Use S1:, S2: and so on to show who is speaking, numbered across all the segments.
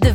S1: The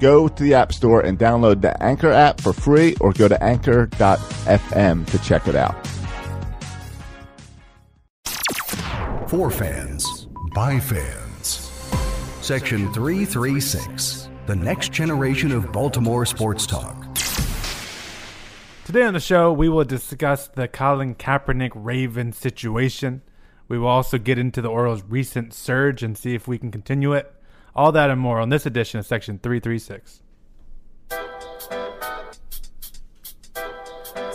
S2: Go to the App Store and download the Anchor app for free or go to anchor.fm to check it out.
S3: For fans, by fans. Section 336, the next generation of Baltimore sports talk.
S4: Today on the show, we will discuss the Colin Kaepernick Ravens situation. We will also get into the Orioles' recent surge and see if we can continue it. All that and more on this edition of Section 336.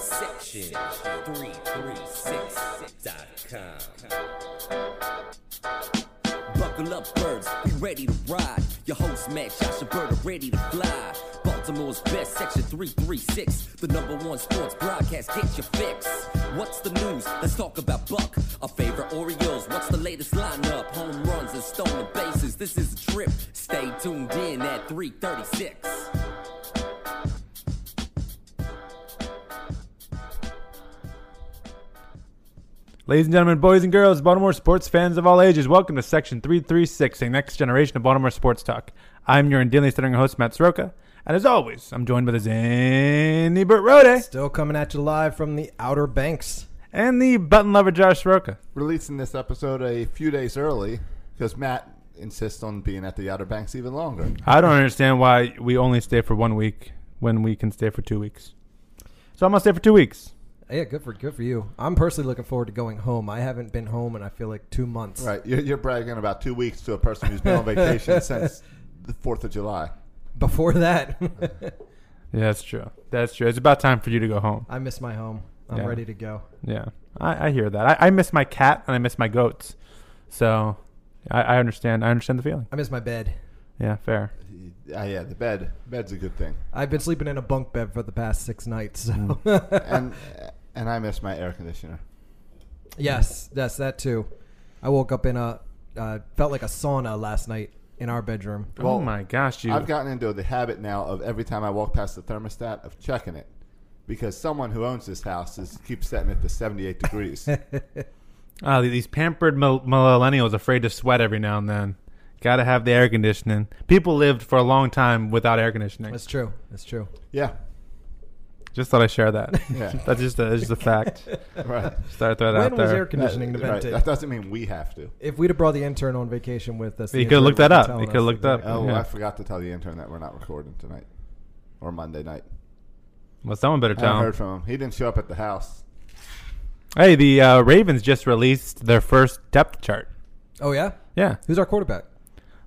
S5: Section 336.com. Buckle up, birds, be ready to ride. Your host, Matt Joshua Bird, ready to fly. Baltimore's best, Section 336, the number one sports broadcast. Get your fix. What's the news? Let's talk about Buck, our favorite Orioles. What's the latest lineup? Home runs and stolen bases. This is a trip. Stay tuned in at 336.
S4: Ladies and gentlemen, boys and girls, Baltimore sports fans of all ages, welcome to Section 336, the next generation of Baltimore sports talk. I'm your endearingly stuttering host, Matt Soroka, and as always, I'm joined by the zany Bert Rode
S6: Still coming at you live from the Outer Banks.
S4: and the button lover, Josh Soroka.
S2: Releasing this episode a few days early because Matt insists on being at the Outer Banks even longer.
S4: I don't understand why we only stay for one week when we can stay for two weeks. So I'm gonna stay for two weeks.
S6: Yeah, good for good for you. I'm personally looking forward to going home. I haven't been home in I feel like two months.
S2: Right, you're, you're bragging about two weeks to a person who's been on vacation since the Fourth of July.
S6: Before that,
S4: Yeah, that's true. That's true. It's about time for you to go home.
S6: I miss my home. I'm
S4: Yeah.
S6: ready to go.
S4: Yeah, I, I hear that. I, I miss my cat and I miss my goats. So I, I understand. I understand the feeling.
S6: I miss my bed.
S4: Yeah, fair.
S2: Ah, yeah, the bed. Bed's a good thing.
S6: I've been sleeping in a bunk bed for the past six nights. So.
S2: And and I miss my air conditioner.
S6: yes, yes, that too. I woke up in a uh, felt like a sauna last night in our bedroom.
S4: oh my gosh, you.
S2: I've gotten into the habit now of every time I walk past the thermostat of checking it because someone who owns this house is keeps setting it to 78 degrees.
S4: Ah, these pampered mil- millennials afraid to sweat every now and then. Got to have the air conditioning. People lived for a long time without air conditioning.
S6: That's true. That's true.
S2: yeah,
S4: Just thought I'd share that.
S2: Yeah.
S4: that's just a, that's just a fact.
S2: right.
S4: Start throwing
S6: When
S4: out
S6: was
S4: there. Uh,
S6: air conditioning
S2: That- right.
S6: invented?
S2: That doesn't mean we have to.
S6: If we'd have brought the intern on vacation with us, the
S4: He could've
S6: intern
S4: looked
S6: would've
S4: that up.
S6: been
S4: He
S6: telling
S4: could've
S6: us
S4: looked up.
S6: exactly.
S2: Oh,
S4: Yeah.
S2: I forgot to tell the intern that we're not recording tonight or Monday night.
S4: Well, someone better
S2: I
S4: tell him.
S2: heard from him. He didn't show up at the house.
S4: Hey, the uh, Ravens just released their first depth chart.
S6: Oh yeah.
S4: Yeah.
S6: Who's our quarterback?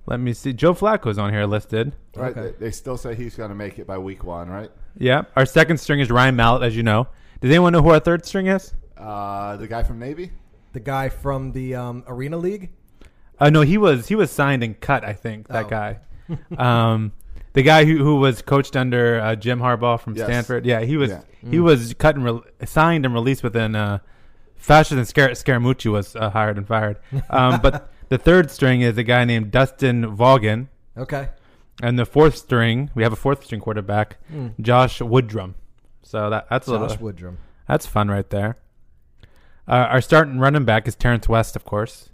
S4: Let me see. Joe Flacco's on here listed.
S2: Right?
S6: Okay.
S2: They, they still say he's going to make it by week one, right?
S4: Yeah. Our second string is Ryan Mallett, as you know. Does anyone know who our third string is?
S2: Uh, the guy from Navy?
S6: The guy from the um, Arena League?
S4: Uh, no, he was he was signed and cut. I think that
S6: Oh.
S4: guy, um, the guy who, who was coached under uh, Jim Harbaugh from
S2: Yes.
S4: Stanford. Yeah, he was
S2: Yeah.
S4: he was cut and re- signed and released within uh, faster than Scar- Scaramucci was uh, hired and fired. Um, but the third string is a guy named Dustin Vaughan.
S6: Okay.
S4: And the fourth string, we have a fourth string quarterback, Josh Woodrum. So that that's a little
S5: Hmm. Josh Woodrum.
S4: that's fun right there. Uh, our starting running back is Terrence West, of course.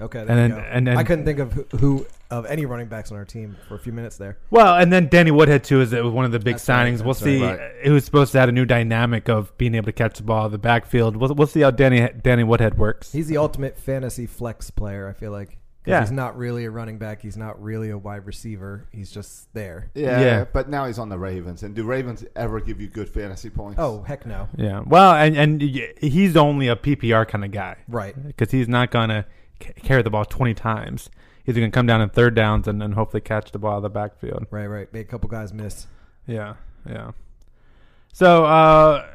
S5: Okay, there
S4: And
S5: you
S4: then-
S5: go.
S4: and then-
S5: I couldn't think of who, who of any running backs on our team for a few minutes there.
S4: Well, and then Danny Woodhead too is uh, one of the big
S5: That's right,
S4: signings. we'll
S5: that's right.
S4: see
S2: Right.
S4: uh, who's supposed to add a new dynamic of being able to catch the ball in the backfield. We'll, we'll see how Danny Danny Woodhead works.
S5: He's the ultimate fantasy flex player. I feel like 'Cause
S4: Yeah.
S5: he's not really a running back. He's not really a wide receiver. He's just there.
S2: Yeah,
S4: Yeah.
S2: but now he's on the Ravens. And do Ravens ever give you good fantasy points?
S5: Oh heck no!
S4: yeah. Well, and and y- he's only a PPR kind of guy,
S5: Right.
S4: Because he's not gonna c- carry the ball twenty times. He's gonna come down in third downs and, and hopefully catch the ball out of the backfield.
S5: Right, right. Made a couple guys miss.
S4: Yeah, yeah. So uh,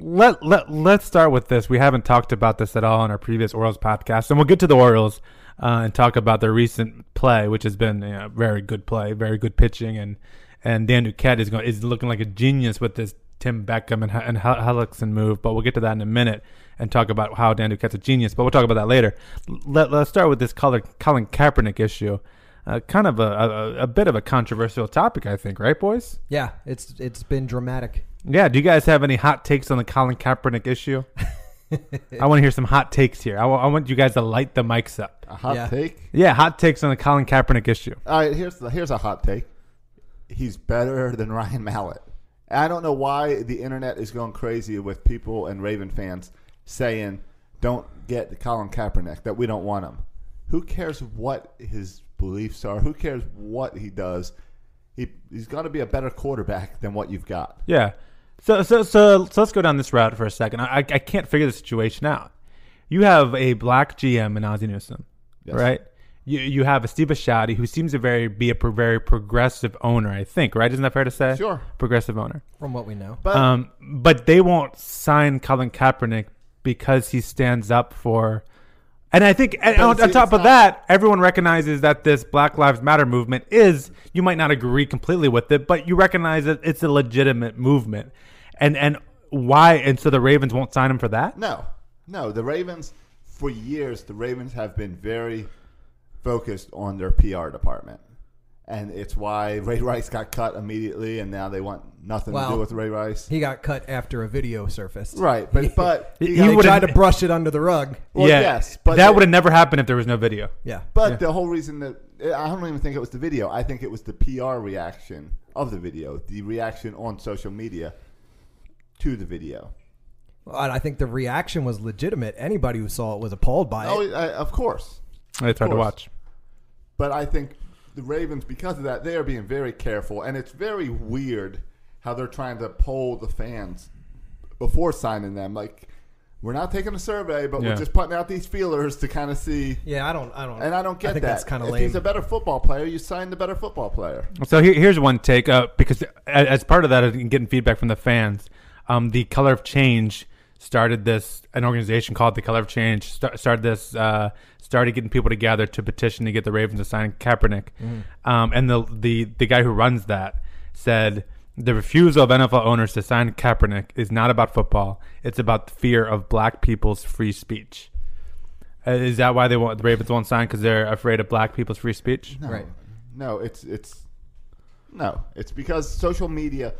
S4: let let let's start with this. We haven't talked about this at all in our previous Orioles podcast, and we'll get to the Orioles uh, and talk about their recent play, which has been you know, very good play, very good pitching, and and Dan Duquette is going is looking like a genius with this Tim Beckham and H- and Hel- Hellickson move. But we'll get to that in a minute and talk about how Dan Duquette's a genius. But we'll talk about that later. Let, let's start with this Colin, Colin Kaepernick issue. Uh, kind of a, a, a bit of a controversial topic, I think, right, boys?
S5: Yeah, it's it's been dramatic.
S4: Yeah, do you guys have any hot takes on the Colin Kaepernick issue? I want to hear some hot takes here. I wa- I want you guys to light the mics up.
S2: A hot
S5: Yeah.
S2: take?
S4: Yeah, hot takes on the Colin Kaepernick issue.
S2: All right, here's the, here's a hot take. He's better than Ryan Mallett. And I don't know why the internet is going crazy with people and Raven fans saying don't get Colin Kaepernick that we don't want him. Who cares what his beliefs are? Who cares what he does? He he's going to be a better quarterback than what you've got.
S4: Yeah. So so so, so let's go down this route for a second. I, I I can't figure the situation out. You have a black GM in Ozzie Newsom, right? You you have a Steve Bashotti who seems to very be a pro- very progressive owner. I think right? Isn't that fair to say?
S2: Sure.
S4: progressive owner.
S5: From what we know,
S2: But
S4: Um, but they won't sign Colin Kaepernick because he stands up for. And I think, and on,
S2: it's-
S4: on top
S2: it's
S4: of
S2: not-
S4: that, everyone recognizes that this Black Lives Matter movement is. You might not agree completely with it, but you recognize that it's a legitimate movement. And and why? And so the Ravens won't sign him for that.
S2: No, no. The Ravens, for years, the Ravens have been very focused on their PR department, and it's why Ray Rice got cut immediately, and now they want nothing to
S5: Well,
S2: do with Ray Rice.
S5: he got cut after a video surfaced.
S2: right, but but
S4: He-
S2: he
S4: he
S2: got-
S5: He
S4: would've-
S5: tried to brush it under the rug.
S2: well,
S4: yeah,
S2: yes, but
S4: that
S2: they-
S4: would have never happened if there was no video.
S5: Yeah,
S2: But the whole reason that I don't even think it was the video. I think it was the PR reaction of the video, the reaction on social media to the video.
S5: and I think the reaction was legitimate. Anybody who saw it was appalled by it.
S2: Oh, I, of course.
S4: It's hard to
S2: course.
S4: watch.
S2: But I think the Ravens, because of that, they are being very careful, and it's very weird how they're trying to poll the fans before signing them. Like, we're not taking a survey, but
S4: Yeah.
S2: we're just putting out these feelers to kind of see.
S5: Yeah, I don't, I don't,
S2: And I don't get
S5: I think
S2: that.
S5: That's kind of
S2: if
S5: lame.
S2: he's a better football player, you sign the better football player.
S4: So here, here's one take uh, because as, as part of that and getting feedback from the fans, um, the Color of Change started this an organization called the Color of Change start, started this uh, started getting people together to petition to get the Ravens to sign Kaepernick, um, and the the the guy who runs that said. The refusal of NFL owners to sign Kaepernick is not about football. It's about the fear of black people's free speech. Uh, Is that why they want the Ravens won't sign because they're afraid of black people's free speech?
S2: No,
S5: Right.
S2: No, it's it's no, it's because social media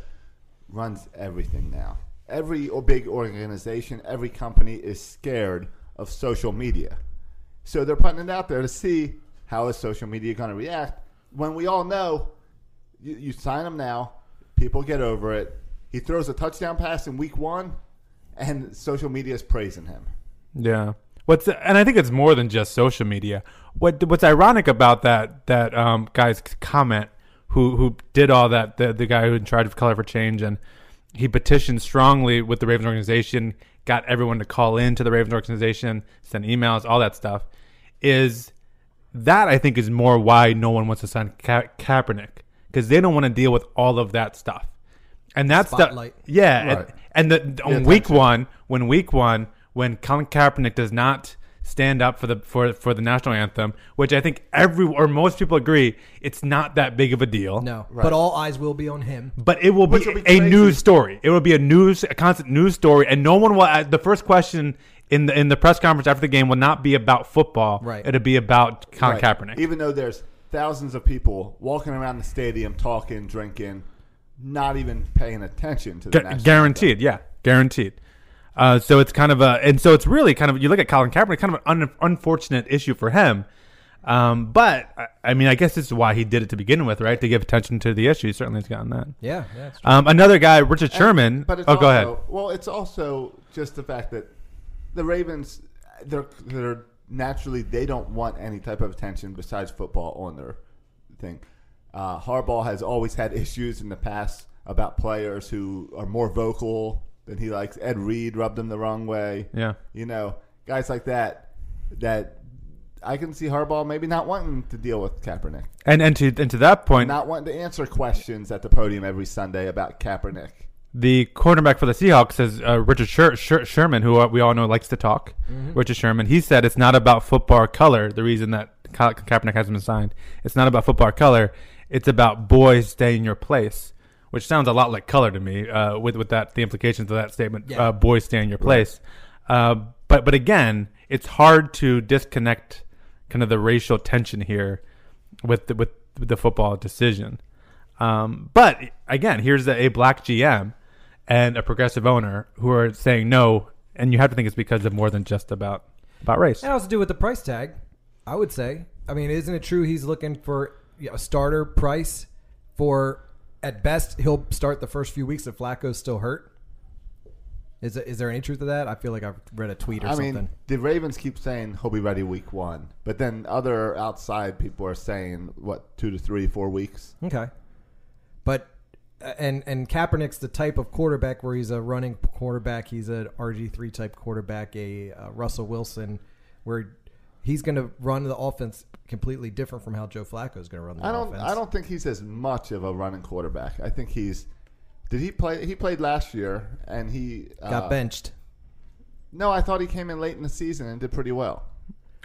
S2: runs everything now. Every o- big organization, every company is scared of social media, so they're putting it out there to see how is social media going to react. When we all know, you, you sign him now, people get over it. He throws a touchdown pass in week one, and social media is praising him.
S4: Yeah. What's and I think it's more than just social media. What what's ironic about that that um, guy's comment who who did all that the the guy who in charge of Color for Change and he petitioned strongly with the Ravens organization, got everyone to call in to the Ravens organization, send emails, all that stuff. Is that I think is more why no one wants to sign Ka- Kaepernick because they don't want to deal with all of that stuff, and that's
S5: Spotlight.
S4: the yeah,
S2: Right.
S4: and, and the, on week one when week one when Colin Kaepernick does not stand up for the for for the national anthem, which I think every or most people agree, it's not that big of a deal.
S5: no, but all eyes will be on him.
S4: But it will be,
S2: Which will be
S4: a
S2: crazy.
S4: news story. It will be a news, a constant news story, and no one will. uh, The first question in the in the press conference after the game will not be about football.
S5: Right.
S4: It'll be about Colin
S2: Right.
S4: Kaepernick.
S2: Even though there's thousands of people walking around the stadium talking, drinking, not even paying attention to the
S4: Gu-
S2: national
S4: guaranteed, yeah, guaranteed. Uh, so it's kind of a, and so it's really kind of you look at Colin Kaepernick, kind of an un, unfortunate issue for him. Um, but I, I mean, I guess this is why he did it to begin with, right? To give attention to the issue. He certainly has gotten that.
S5: Yeah, yeah, it's true.
S4: Um, another guy, Richard Sherman.
S2: But it's
S4: oh,
S2: also,
S4: go ahead.
S2: Well, it's also just the fact that the Ravens, they're, they're naturally they don't want any type of attention besides football on their thing. Uh, Harbaugh has always had issues in the past about players who are more vocal than he likes. Ed Reed rubbed him the wrong way.
S4: Yeah.
S2: you know, guys like that. That I can see Harbaugh maybe not wanting to deal with Kaepernick,
S4: And and to and to that point,
S2: not wanting to answer questions at the podium every Sunday about Kaepernick.
S4: the cornerback for the Seahawks is uh, Richard Sher- Sher- Sherman, who uh, we all know likes to talk. Richard Sherman. He said it's not about football color. The reason that Ka- Kaepernick hasn't been signed, it's not about football color. It's about boys stay in your place, which sounds a lot like color to me. Uh, with with that, the implications of that statement, uh, boys stay in your place. Uh, but but again, it's hard to disconnect kind of the racial tension here with the, with the football decision. Um, but again, here's a, a black GM and a progressive owner who are saying no, and you have to think it's because of more than just about about race.
S5: That has to do with the price tag, I would say. I mean, isn't it true he's looking for you know, a starter price for at best he'll start the first few weeks if Flacco's still hurt? Is there- is there any truth to that? I feel like I've read a tweet or
S2: I
S5: something.
S2: mean, the Ravens keep saying he'll be ready week one, but then other outside people are saying what two to three, four weeks.
S5: okay, but uh, and and Kaepernick's the type of quarterback where he's a running quarterback, he's an RG three type quarterback, a uh, Russell Wilson, where he's going to run the offense completely different from how Joe Flacco's going to run the
S2: I don't,
S5: offense.
S2: I don't think he's as much of a running quarterback. I think he's. Did he play? He played last year, and he uh,
S5: got benched.
S2: No, I thought he came in late in the season and did pretty well.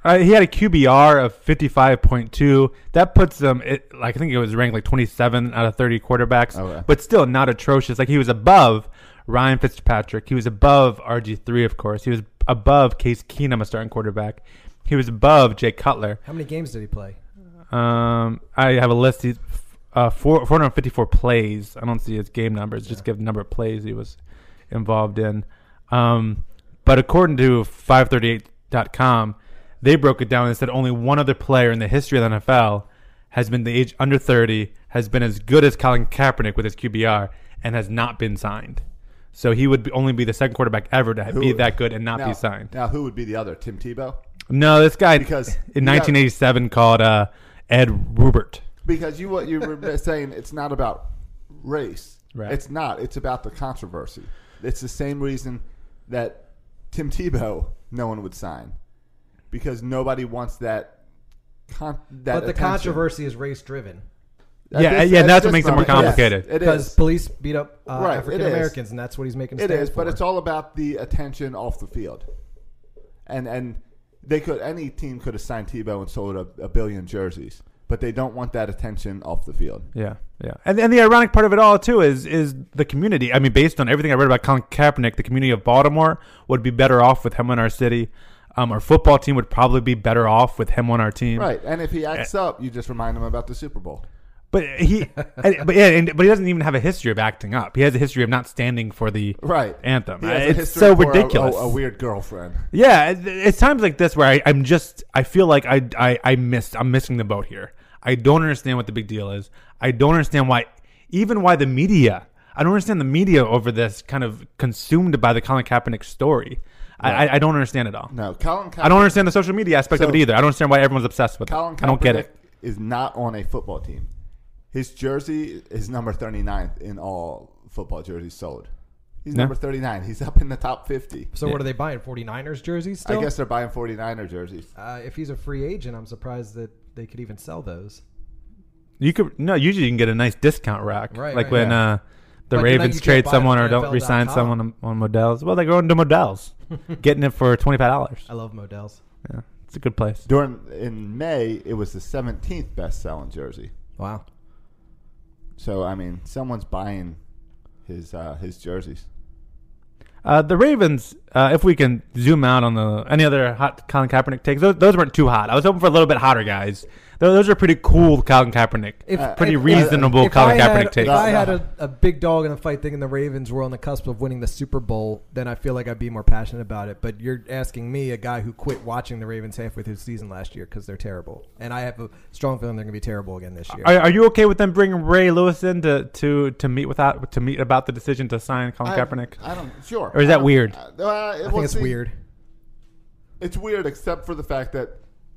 S4: Uh, he had a QBR of 55.2. That puts him, it, like I think it was ranked like 27 out of 30 quarterbacks,
S2: Okay.
S4: but still not atrocious. Like he was above Ryan Fitzpatrick. He was above RG3, of course. He was above Case Keenum, a starting quarterback. He was above Jay Cutler.
S5: How many games did he play?
S4: Um, I have a list. He's uh, four, 454 plays. I don't see his game numbers. Just give the number of plays he was involved in. Um, but according to 538.com, they broke it down and said only one other player in the history of the NFL has been the age under 30, has been as good as Colin Kaepernick with his QBR, and has not been signed. So he would be, only be the second quarterback ever to be that good and not
S2: now,
S4: be signed.
S2: Now, who would be the other? Tim Tebow.
S4: No, this guy
S2: Because
S4: in
S2: you got-
S4: 1987 called uh, Ed Rubert.
S2: Because you what you were saying, it's not about race.
S4: Right.
S2: It's not. It's about the controversy. It's the same reason that Tim Tebow no one would sign because nobody wants that. Con- that
S5: But the
S2: attention.
S5: controversy is race driven
S2: At
S4: Yeah,
S2: this-
S4: yeah,
S2: at
S4: that's what
S2: this
S4: makes it more
S2: moment, yes,
S4: complicated.
S2: it
S5: because
S2: is.
S5: police beat up uh,
S2: Right, it
S5: African Americans, and that's what he's making. a
S2: It
S5: stand
S2: is, but
S5: for.
S2: it's all about the attention off the field, and and they could any team could have signed Tebow and sold a, a billion jerseys, but they don't want that attention off the field.
S4: Yeah, yeah. And and the ironic part of it all too is is the community. I mean, based on everything I read about Colin Kaepernick, the community of Baltimore would be better off with him on our city. Um, our football team would probably be better off with him on our team.
S2: Right, and if
S4: Eh.
S2: he acts up, you just remind him about the Super Bowl.
S4: But he, and- but yeah, and, but he doesn't even have a history of acting up. He has a history of not standing for the
S2: Right.
S4: anthem.
S2: He has a
S4: It's
S2: history
S4: so
S2: for a-
S4: ridiculous.
S2: A, a weird girlfriend.
S4: Yeah, it- it's times like this where I, I'm just I feel like I, I I missed I'm missing the boat here. I don't understand what the big deal is. I don't understand why even why the media. I don't understand the media over this kind of consumed by the Colin Kaepernick story. I I, I don't understand it all.
S2: No, Colin. Kaepernick,
S4: I don't understand the social media aspect of
S2: So-
S4: it either. I don't understand why everyone's obsessed with
S2: Colin
S4: it. I don't get it.
S2: Kaepernick Is not on a football team. His jersey is number 39th in all football jerseys sold. He's
S4: Yeah.
S2: number 39. He's up in the top 50.
S5: so what are they buying? 49ers jerseys still?
S2: I guess they're buying 49er jerseys.
S5: uh, if he's a free agent, I'm surprised that they could even sell those.
S4: You could no. Usually you can get a nice discount rack,
S5: Right,
S4: like
S5: right,
S4: when
S5: yeah.
S4: uh, the
S5: But then you
S4: Ravens
S5: can't
S4: trade
S5: buy it
S4: someone
S5: on
S4: or don't
S5: NFL.com.
S4: resign someone on, on Modell's. Well, they go into Modell's, getting it for twenty five dollars.
S5: I love Models.
S4: Yeah, it's a good place.
S2: During in May, it was the 17th best selling jersey.
S5: Wow.
S2: So I mean, someone's buying his uh, his jerseys.
S4: Uh, the Ravens, uh, if we can zoom out on the any other hot Colin Kaepernick takes, those, those weren't too hot. I was hoping for a little bit hotter guys. tho- those are pretty cool Colin Kaepernick.
S5: If-
S4: pretty
S5: Uh, if- if-
S4: reasonable
S5: if
S4: Colin
S5: I had-
S4: Kaepernick takes.
S5: If I had a, a big dog in the fight thinking the Ravens were on the cusp of winning the Super Bowl, then I feel like I'd be more passionate about it. But you're asking me, a guy who quit watching the Ravens halfway through the season last year because they're terrible. And I have a strong feeling they're going to be terrible again this year.
S4: Are, are you okay with them bringing Ray Lewis in to, to, to meet without to meet about the decision to sign Colin Kaepernick?
S2: I don't. Sure.
S4: Or is that weird?
S2: Uh, well,
S5: I think it's weird.
S2: It's weird, except for the fact that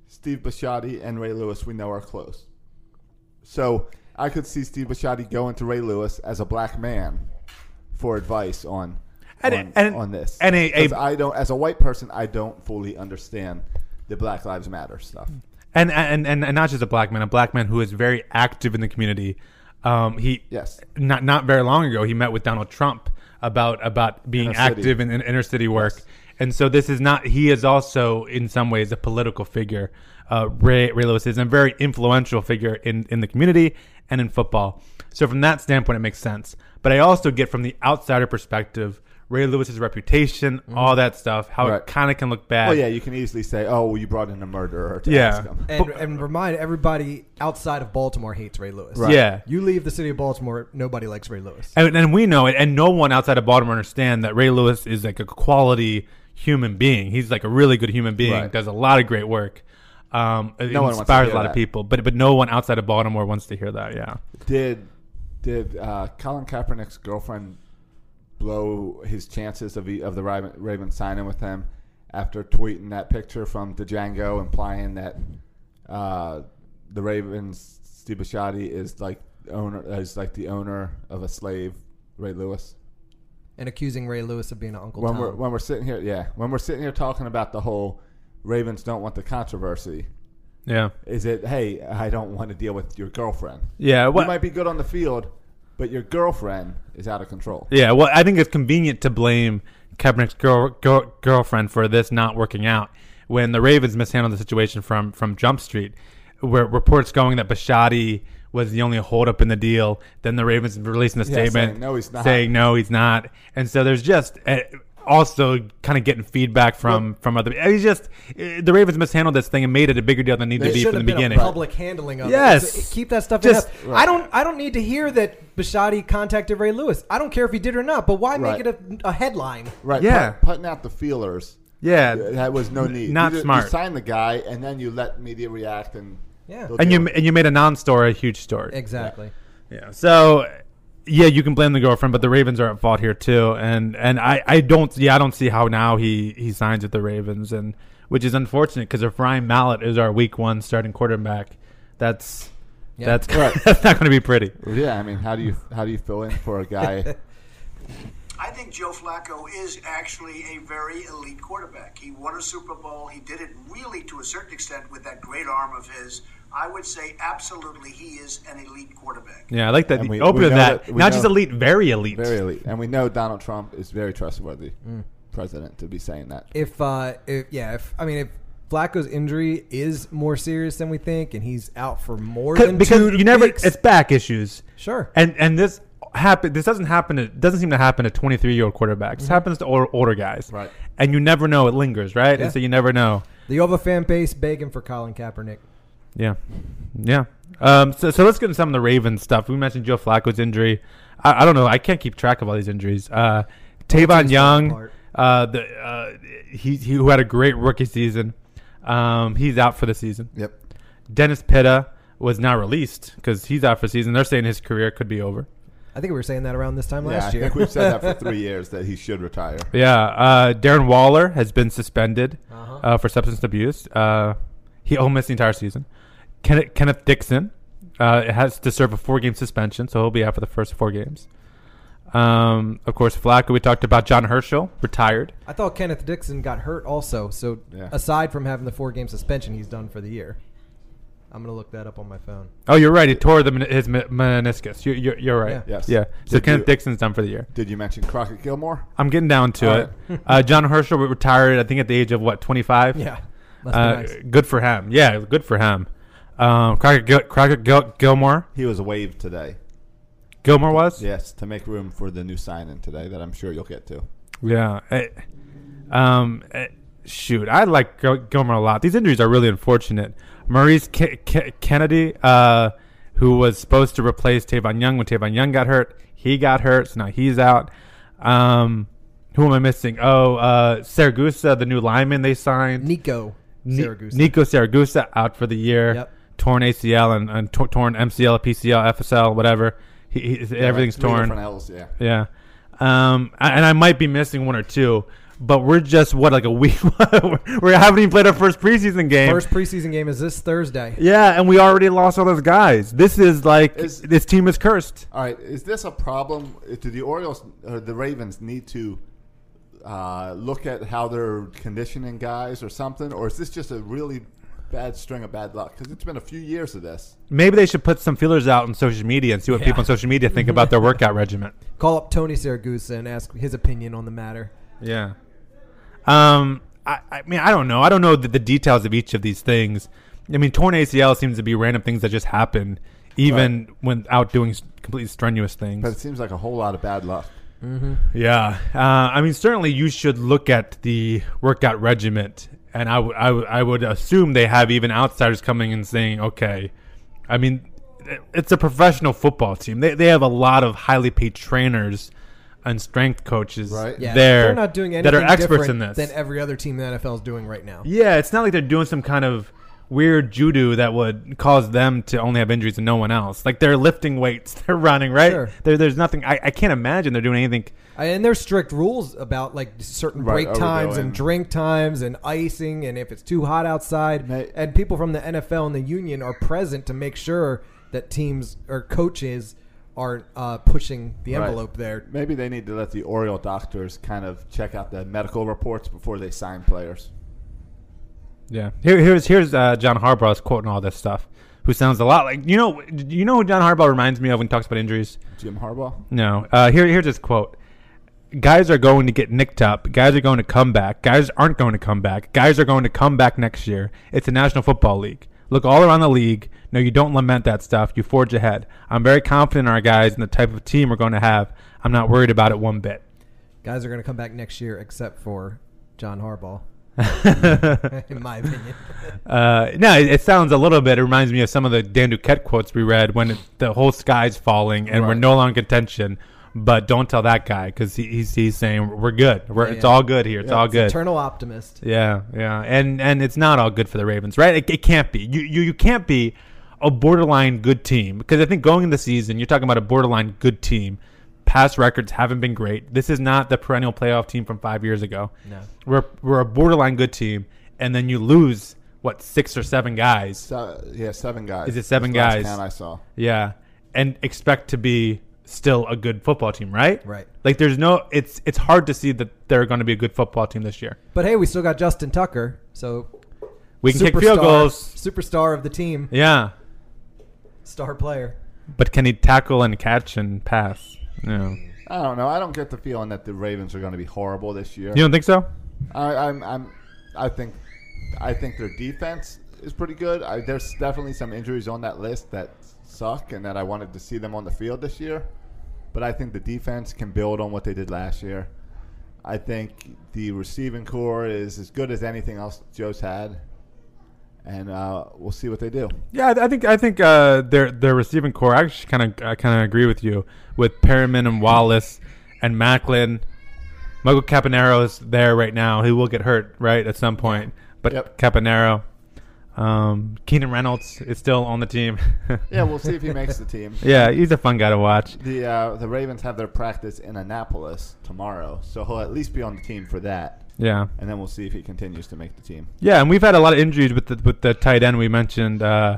S2: Steve Bisciotti and Ray Lewis we know are close. So I could see Steve Bisciotti going to Ray Lewis as a black man for advice on
S4: And
S2: on,
S4: a- and-
S2: on this.
S4: and a- a-
S2: 'Cause I don't, as a white person, I don't fully understand the Black Lives Matter stuff.
S4: and and and, and not just a black man, a black man who is very active in the community. Um, he
S2: Yes.
S4: not not very long ago he met with Donald Trump about about being
S2: Inner city.
S4: active in, in inner city work, and so this is not he is also in some ways a political figure. Uh, Ray, Ray Lewis is a very influential figure in in the community and in football. So from that standpoint, it makes sense. But I also get from the outsider perspective. Ray Lewis's reputation, all that stuff, how
S2: Mm-hmm. Right.
S4: it kind of can look bad.
S2: Oh yeah, you can easily say, "Oh, well, you brought in a murderer." To
S4: Yeah.
S2: ask him.
S5: And, and remind everybody outside of Baltimore hates Ray Lewis.
S4: Right. Yeah.
S5: You leave the city of Baltimore, nobody likes Ray Lewis.
S4: and, and we know it, and no one outside of Baltimore understand that Ray Lewis is like a quality human being. He's like a really good human being,
S2: Right.
S4: does a lot of great work. Um, it
S2: No one wants to
S4: inspires a
S2: hear
S4: lot of
S2: that.
S4: people, but but no one outside of Baltimore wants to hear that. Yeah,
S2: Did did uh, Colin Kaepernick's girlfriend blow his chances of the, of the Raven, Raven signing with him after tweeting that picture from Django implying that uh, the Ravens Steve Bisciotti is like owner is like the owner of a slave Ray Lewis.
S5: And accusing Ray Lewis of being an Uncle
S2: When
S5: Tom.
S2: we're when we're sitting here, yeah, when we're sitting here talking about the whole Ravens don't want the controversy.
S4: yeah,
S2: Is it hey, I don't want to deal with your girlfriend?
S4: yeah.
S2: You
S4: What?
S2: might be good on the field, but your girlfriend is out of control.
S4: yeah. Well, I think it's convenient to blame Kaepernick's girl, girl, girlfriend for this not working out when the Ravens mishandled the situation from from Jump Street, where reports going that Bashotti was the only holdup in the deal. Then the Ravens releasing a
S2: Yeah, saying,
S4: statement
S2: "No, he's not."
S4: saying, no, he's not. And so there's just uh, also kind of getting feedback from from other. He's just uh, the Ravens mishandled this thing and made it a bigger deal than it needed
S5: There
S4: to be from
S5: should
S4: the
S5: have been
S4: beginning.
S5: A public handling of it.
S4: Yes.
S5: It's- keep that stuff
S4: Just-
S5: in house. I don't. I don't need to hear that Bashotti contacted Ray Lewis. I don't care if he did or not. But why
S2: Right.
S5: make it a, a headline?
S2: Right.
S4: Yeah.
S2: put- putting out the feelers. uh,
S4: Yeah.
S2: That was no need.
S4: not
S2: you, ju-
S4: smart.
S2: You sign the guy, and then you let media react, and
S5: Yeah.
S2: they'll
S4: And you
S2: deal
S4: and you made a non-story a huge story.
S5: Exactly.
S4: Yeah. So yeah, you can blame the girlfriend, but the Ravens are at fault here too. And and I, I don't yeah I don't see how now he he signs with the Ravens and which is unfortunate because if Ryan Mallett is our Week One starting quarterback, that's that's that's not going to be pretty.
S2: with it. Yeah. I mean, how do you how do you fill in for a guy?
S6: I think Joe Flacco is actually a very elite quarterback. He won a Super Bowl. He did it really to a certain extent with that great arm of his. I would say absolutely he is an elite quarterback.
S4: Yeah, I like that.
S2: And we-
S4: Open
S2: we
S4: to
S2: know
S4: that.
S2: that- we
S4: not just
S2: know-
S4: elite, very elite.
S2: very elite, and we know Donald Trump is very trustworthy president to be saying that.
S5: Mm. If, uh, if yeah, if I mean, if Flacco's injury is more serious than we think, and he's out for more
S4: C-
S5: than
S4: because
S5: two
S4: you never
S5: weeks,
S4: it's back issues.
S5: Sure.
S4: And and this happen this doesn't happen to doesn't seem to happen to 23 year old quarterbacks.
S5: Mm-hmm.
S4: It happens to older, older guys.
S2: Right.
S4: And you never know it lingers, right?
S5: Yeah.
S4: And so you never know.
S5: the Ova fan base begging for Colin Kaepernick.
S4: Yeah. Yeah. Um, so, so let's get into some of the Ravens stuff. We mentioned Joe Flacco's injury. I, I don't know. I can't keep track of all these injuries. Uh, Tavon Young,
S5: apart.
S4: uh, the, uh, he, he who had a great rookie season, um, he's out for the season.
S2: Yep.
S4: Dennis Pitta was now released because he's out for the season. They're saying his career could be over.
S5: I think we were saying that around this time
S2: Yeah, I
S5: last year.
S2: think we've said that for three years that he should retire.
S4: Yeah. Uh, Darren Waller has been suspended uh for substance abuse. Uh, he almost missed the entire season. Kenneth, Kenneth Dixon uh, has to serve a four game suspension, so he'll be out for the first four games. Um, of course, Flacco, we talked about John Herschel, retired.
S5: I thought Kenneth Dixon got hurt also. So
S2: Yeah.
S5: aside from having the four game suspension, he's done for the year. I'm gonna look that up on my phone.
S4: Oh, you're right. He tore the, men- his me- meniscus. You, you're, you're right.
S5: Yeah.
S2: Yes.
S4: Yeah. So
S2: Did
S4: Kenneth
S2: you-
S4: Dixon's done for the year.
S2: Did you mention Crockett Gilmore?
S4: I'm getting down to
S2: All
S4: it. uh, John Herschel retired, I think, at the age of what, 25?
S5: Yeah. Must be
S4: Uh,
S5: nice.
S4: Good for him. Yeah, good for him. Um, Crockett, Gil- Crockett Gil- Gilmore.
S2: He was waived today.
S4: Gilmore was.
S2: Yes, to make room for the new signing today that I'm sure you'll get to.
S4: Yeah. Eh, um, eh, shoot, I like Gil- Gilmer a lot. These injuries are really unfortunate. Maurice Ke- Ke- Kennedy, uh, who was supposed to replace Tavon Young when Tavon Young got hurt, he got hurt, so now he's out. Um, who am I missing? Oh, uh, Saragusa, the new lineman they signed.
S5: Nico
S4: Ni-
S5: Siragusa.
S4: Nico Saragusa out for the year.
S5: Yep.
S4: Torn ACL and, and tor- torn MCL, PCL, FSL, whatever. He, he, everything's
S2: Three
S4: torn.
S2: different L's, yeah.
S4: Yeah. Um, I- and I might be missing one or two, but we're just what like a week. we haven't even played our first preseason game.
S5: First preseason game is this Thursday.
S4: yeah, and we already lost all those guys. This is like
S2: Is-
S4: this team is cursed.
S2: All right, is this a problem? Uh, Do the Orioles or the Ravens need to uh, look at how they're conditioning guys or something, or is this just a really bad string of bad luck? Because it's been a few years of this.
S4: Maybe they should put some feelers out on social media and see what people on social media think about their workout regimen.
S5: Call up Tony Siragusa and ask his opinion on the matter.
S4: Yeah. Um, I, I mean, I don't know. I don't know the, the details of each of these things. I mean, torn ACL seems to be random things that just happen, even when out doing s- completely strenuous things.
S2: But it seems like a whole lot of bad luck.
S4: Yeah, uh, I mean, certainly you should look at the workout regiment, and I would- I would- I would assume they have even outsiders coming and saying, okay, I mean, it- it's a professional football team. They they have a lot of highly paid trainers and strength coaches
S2: Right. Yeah,
S4: there
S5: They're not doing anything
S4: that are experts
S5: different
S4: in this.
S5: than every other team in the NFL is doing right now.
S4: yeah, it's not like they're doing some kind of weird judo that would cause them to only have injuries and no one else. Like they're lifting weights, they're running, right?
S5: Sure.
S4: There, there's nothing. I, I can't imagine they're doing anything.
S5: And there's strict rules about like certain
S2: Right,
S5: break times
S2: overdoing.
S5: and drink times and icing and if it's too hot outside.
S2: Mate.
S5: And people from the NFL and the union are present to make sure that teams or coaches aren't uh, pushing the
S2: Right.
S5: envelope there.
S2: Maybe they need to let the Oriole doctors kind of check out the medical reports before they sign players.
S4: Yeah. Here, here's here's uh, John Harbaugh's quoting all this stuff. Who sounds a lot like you know you know who John Harbaugh reminds me of when he talks about injuries.
S2: Jim Harbaugh.
S4: No. Uh, here here's his quote. Guys are going to get nicked up. Guys are going to come back. Guys aren't going to come back. Guys are going to come back next year. It's the National Football League. Look all around the league. No, you don't lament that stuff. You forge ahead. I'm very confident in our guys and the type of team we're going to have. I'm not worried about it one bit.
S5: Guys are going to come back next year except for John Harbaugh, in my opinion.
S4: Uh, no, it, it sounds a little bit. It reminds me of some of the Dan Duquette quotes we read when it, the whole sky's falling and we're
S2: Right.
S4: no longer in contention. But don't tell that guy because he, he's he's saying we're good. We're, It's all good here. It's all good.
S5: Eternal optimist.
S4: yeah, yeah, and and it's not all good for the Ravens, right? It, it can't be. You, you you can't be a borderline good team because I think going into the season, you're talking about a borderline good team. Past records haven't been great. This is not the perennial playoff team from five years ago. No, we're we're a borderline good team, and then you lose what six or seven guys.
S2: So, yeah, seven guys.
S4: Is it seven
S2: That's the
S4: guys?
S2: Last count I saw.
S4: Yeah, and expect to be still a good football team, right?
S5: Right.
S4: Like there's no. It's it's hard to see that they're going to be a good football team this year.
S5: But hey, we still got Justin Tucker, so
S4: We can kick field goals.
S5: superstar of the team,
S4: Yeah.
S5: star player.
S4: But can he tackle and catch and pass? No.
S2: I don't know. I don't get the feeling that the Ravens are going to be horrible this year.
S4: You don't think so?
S2: I, I'm, I'm, I think, I think their defense is pretty good. I, there's definitely some injuries on that list that suck, and that I wanted to see them on the field this year. But I think the defense can build on what they did last year. I think the receiving core is as good as anything else Joe's had, and uh, we'll see what they do.
S4: Yeah, I I think I think uh, their their receiving core. I actually kind of I kind of agree with you with Perriman and Wallace and Macklin. Michael Capanero's there right now. He will get hurt right at some point, but
S2: Yep.
S4: Capanero, um, Keenan Reynolds is still on the team.
S2: Yeah, we'll see if he makes the team.
S4: yeah, he's a fun guy to watch.
S2: The uh, the Ravens have their practice in Annapolis tomorrow, so he'll at least be on the team for that.
S4: Yeah,
S2: and then we'll see if he continues to make the team.
S4: Yeah, and we've had a lot of injuries with the with the tight end we mentioned. Uh,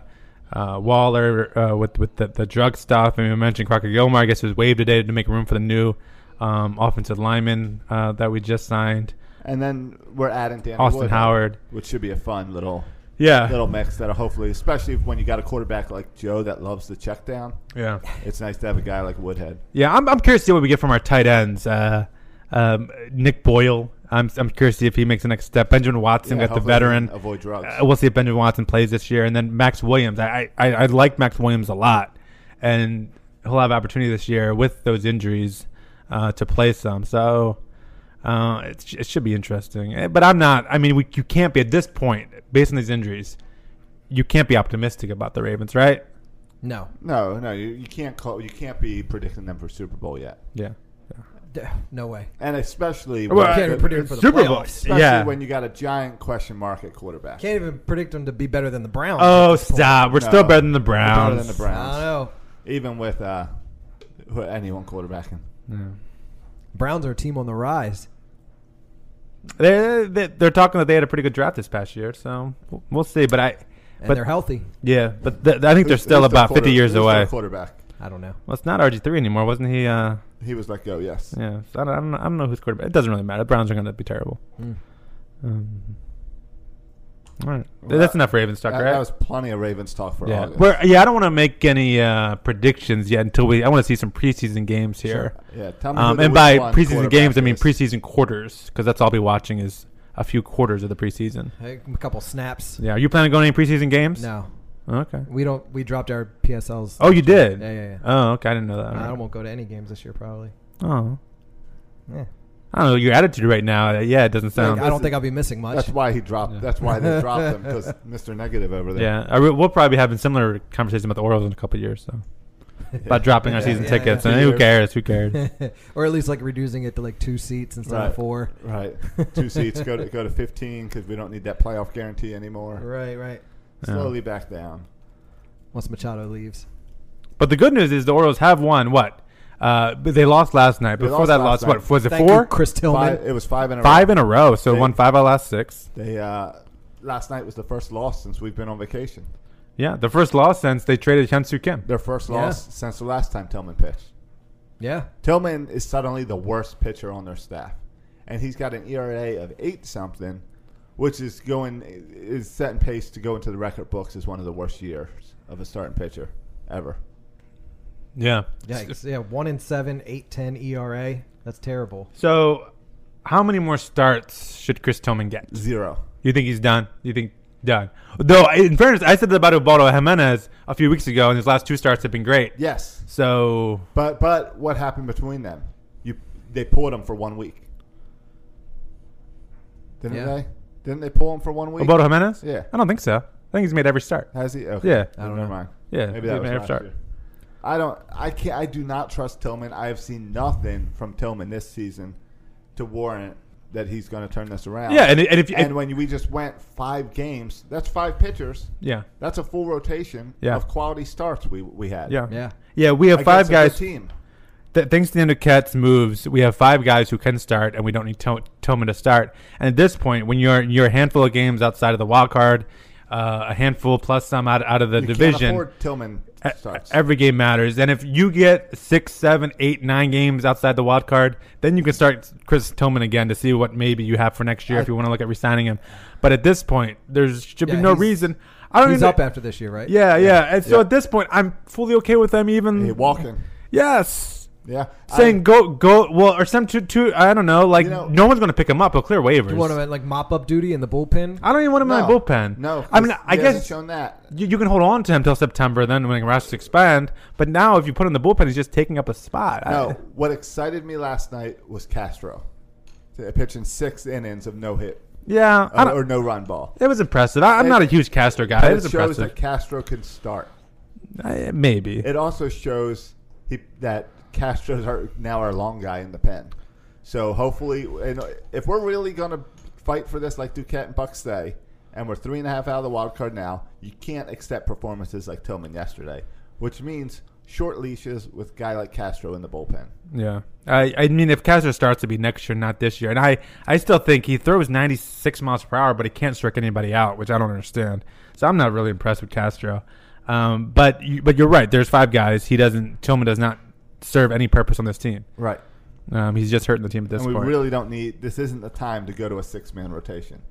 S4: uh, Waller uh, with with the, the drug stuff, and we mentioned Crocker Gilmore. I guess was waived today to make room for the new um, offensive lineman uh, that we just signed,
S2: And then we're adding Danny
S4: Austin
S2: Woodhead,
S4: Howard.
S2: which should be a fun little
S4: Yeah,
S2: little mix that'll hopefully, especially when you got a quarterback like Joe that loves the check down.
S4: yeah,
S2: It's nice to have a guy like Woodhead.
S4: yeah. I'm I'm curious to see what we get from our tight ends. Uh, um, Nick Boyle. I'm I'm curious to see if he makes the next step. Benjamin Watson
S2: Yeah,
S4: got the
S2: hopefully he can
S4: veteran.
S2: Avoid drugs.
S4: Uh, we'll see if Benjamin Watson plays this year, and then Max Williams. I I, I I like Max Williams a lot, and he'll have opportunity this year with those injuries uh, to play some. So uh, Uh, it, sh- it should be interesting, Eh, but I'm not. I mean, we, you can't be at this point based on these injuries. You can't be optimistic about the Ravens, right?
S5: No,
S2: No, no, you, you can't call. You can't be predicting them for Super Bowl yet,
S4: Yeah.
S5: D- no way.
S2: and especially
S4: Well,
S2: when,
S5: Can't even predict for the
S4: Super Bowl.
S5: playoffs.
S2: especially
S4: Yeah.
S2: when you got a giant question mark at quarterback.
S5: Can't even predict them to be better than the Browns.
S4: Oh, stop. We're still
S2: No.
S4: better than the
S2: Better
S4: Browns.
S2: than the
S5: I don't
S2: Browns,
S5: know.
S2: even with uh, who- anyone quarterbacking.
S5: Browns are a team on the rise.
S4: They're, they're, they're talking that they had a pretty good draft this past year, so we'll- we'll see. But I,
S5: And
S4: but
S5: they're healthy.
S4: yeah, but th- I think they're
S2: Who's-
S4: still
S2: who's their
S4: about
S2: quarter-
S4: 50 years
S2: who's their
S4: away.
S2: Quarterback.
S5: I don't know.
S4: Well, it's not RG three anymore, wasn't he? Uh,
S2: He was let go. Yes.
S4: yeah, so I don't, I don't know. I don't know who's quarterback. It doesn't really matter. The Browns are going to be terrible.
S5: Mm.
S4: Um, all right, that's enough Ravens talk,
S2: That,
S4: right?
S2: that was plenty of Ravens talk for
S4: yeah,
S2: August.
S4: We're- yeah. I don't want to make any uh, predictions yet until we. I want to see some preseason games here.
S2: Yeah, tell me who
S4: Um,
S2: the
S4: and
S2: week
S4: by
S2: one
S4: preseason games, I
S2: quarterback
S4: mean
S2: is.
S4: preseason quarters, because that's all I'll be watching is a few quarters of the preseason.
S5: A couple snaps.
S4: Yeah, are you planning on going to any preseason games?
S5: No,
S4: Okay.
S5: we don't. We dropped our PSLs.
S4: Oh, you did.
S5: Yeah, yeah, yeah.
S4: Oh, okay. I didn't know that.
S5: I won't go to any games this year, probably.
S4: Oh,
S5: Yeah.
S4: I don't know your attitude right now. uh, Yeah, it doesn't sound.
S5: Like, I don't think I'll be missing much.
S2: That's why he dropped. That's why they dropped him because Mr. Negative over there.
S4: Yeah, I re- we'll probably be having similar conversations about the Orioles in a couple of years. So about dropping our season
S5: yeah,
S4: tickets,
S5: yeah.
S4: and who cares? Who cares?
S5: or at least like reducing it to like two seats instead
S2: Right.
S5: of four.
S2: Right. Two seats go to go to fifteen because we don't need that playoff guarantee anymore.
S5: Right, right.
S2: Slowly back down.
S5: Once Machado leaves,
S4: but the good news is the Orioles have won. What? Uh, but they lost last night. Before
S2: lost
S4: that,
S2: last
S4: lost what
S2: night.
S4: was it?
S5: Thank
S4: four,
S5: you, Chris Tillman.
S2: Five, it was five in a
S4: five
S2: row.
S4: in a row. So
S2: They-
S4: won five out of last six.
S2: They uh, last night was the first loss since we've been on vacation.
S4: Yeah, the first loss since they traded Hyunsoo Kim.
S2: Their first loss since the last time Tillman pitched.
S5: Yeah,
S2: Tillman is suddenly the worst pitcher on their staff, and he's got an ERA of eight something, which is going is setting pace to go into the record books as one of the worst years of a starting pitcher ever.
S4: Yeah.
S5: yikes! Yeah, one in seven, eight ten ERA. That's terrible.
S4: So, how many more starts should Chris Tillman get?
S2: Zero.
S4: You think he's done? You think done? Though, in fairness, I said that about Ubaldo Jimenez a few weeks ago, and his last two starts have been great.
S2: Yes,
S4: So
S2: but but what happened between them? You they pulled him for one week, didn't
S5: Yeah.
S2: they? Didn't they pull him for one week?
S4: Ubaldo Jimenez?
S2: Yeah.
S4: I don't think so. I think he's made every start.
S2: Has he? Okay.
S4: Yeah.
S2: I don't never mind.
S4: Yeah,
S2: Maybe
S4: he
S2: that was
S4: may have
S2: last
S4: start.
S2: year. I don't. I can't. I do not trust Tillman. I have seen nothing from Tillman this season to warrant that he's going to turn this around.
S4: Yeah, and, and if
S2: and when we just went five games, that's five pitchers.
S4: yeah,
S2: That's a full rotation
S4: Yeah.
S2: of quality starts we we had.
S4: yeah,
S5: Yeah.
S4: yeah, we have
S2: Against
S4: five
S2: a good
S4: guys.
S2: Team.
S4: Th- thanks to the Cats moves, we have five guys who can start, and we don't need to- Tillman to start. And at this point, when you're you're a handful of games outside of the wild card, uh, a handful plus some out out of the
S2: You Can't
S4: division.
S2: afford Tillman
S4: E-
S2: starts.
S4: Every game matters, and if you get six, seven, eight, nine games outside the wild card, then you can start Chris Tillman again to see what maybe you have for next year if you want to look at resigning him. But at this point, there should
S5: Yeah,
S4: be no
S5: he's-
S4: reason. I don't
S5: He's
S4: even.
S5: up after this year, right?
S4: yeah, yeah, and so
S2: Yeah.
S4: at this point, I'm fully okay with them even
S2: Hey, walking.
S4: Yes,
S2: Yeah.
S4: saying
S2: I,
S4: go go well or some two two. I don't know. Like
S2: You know-
S4: no one's going to pick him up. He'll clear waivers.
S5: You want him at uh, like mop up duty in the bullpen?
S4: I don't even want him in my
S2: no.
S4: bullpen.
S2: No.
S4: I mean,
S2: he
S4: I
S2: hasn't
S4: guess
S2: shown that.
S4: you, you can hold on to him till September, then when rosters expand. But now, if you put him in the bullpen, he's just taking up a spot. I-
S2: No, what excited me last night was Castro Uh, pitching six innings of no hit
S4: yeah, I
S2: uh,
S4: don't-
S2: or no run ball.
S4: it was impressive. I, I'm
S2: It-
S4: not a huge Castro guy.
S2: But
S4: It
S2: it
S4: was
S2: shows
S4: impressive.
S2: that Castro can start.
S4: I- maybe.
S2: It also shows he, that Castro's our, now our long guy in the pen. So hopefully, and if we're really going to fight for this, like Duquette and Buck say, and we're three and a half out of the wild card now, you can't accept performances like Tillman yesterday, which means short leashes with a guy like Castro in the bullpen.
S4: yeah. I, I mean, if Castro starts to be next year, not this year, and I, I still think he throws 96 miles per hour, but he can't strike anybody out, which I don't understand. So I'm not really impressed with Castro. Um, but you, but you're right. There's five guys. He doesn't. Tillman does not serve any purpose on this team.
S2: Right.
S4: Um, he's just hurting the team at this
S2: And we
S4: point.
S2: really don't need. This isn't the time to go to a six-man rotation.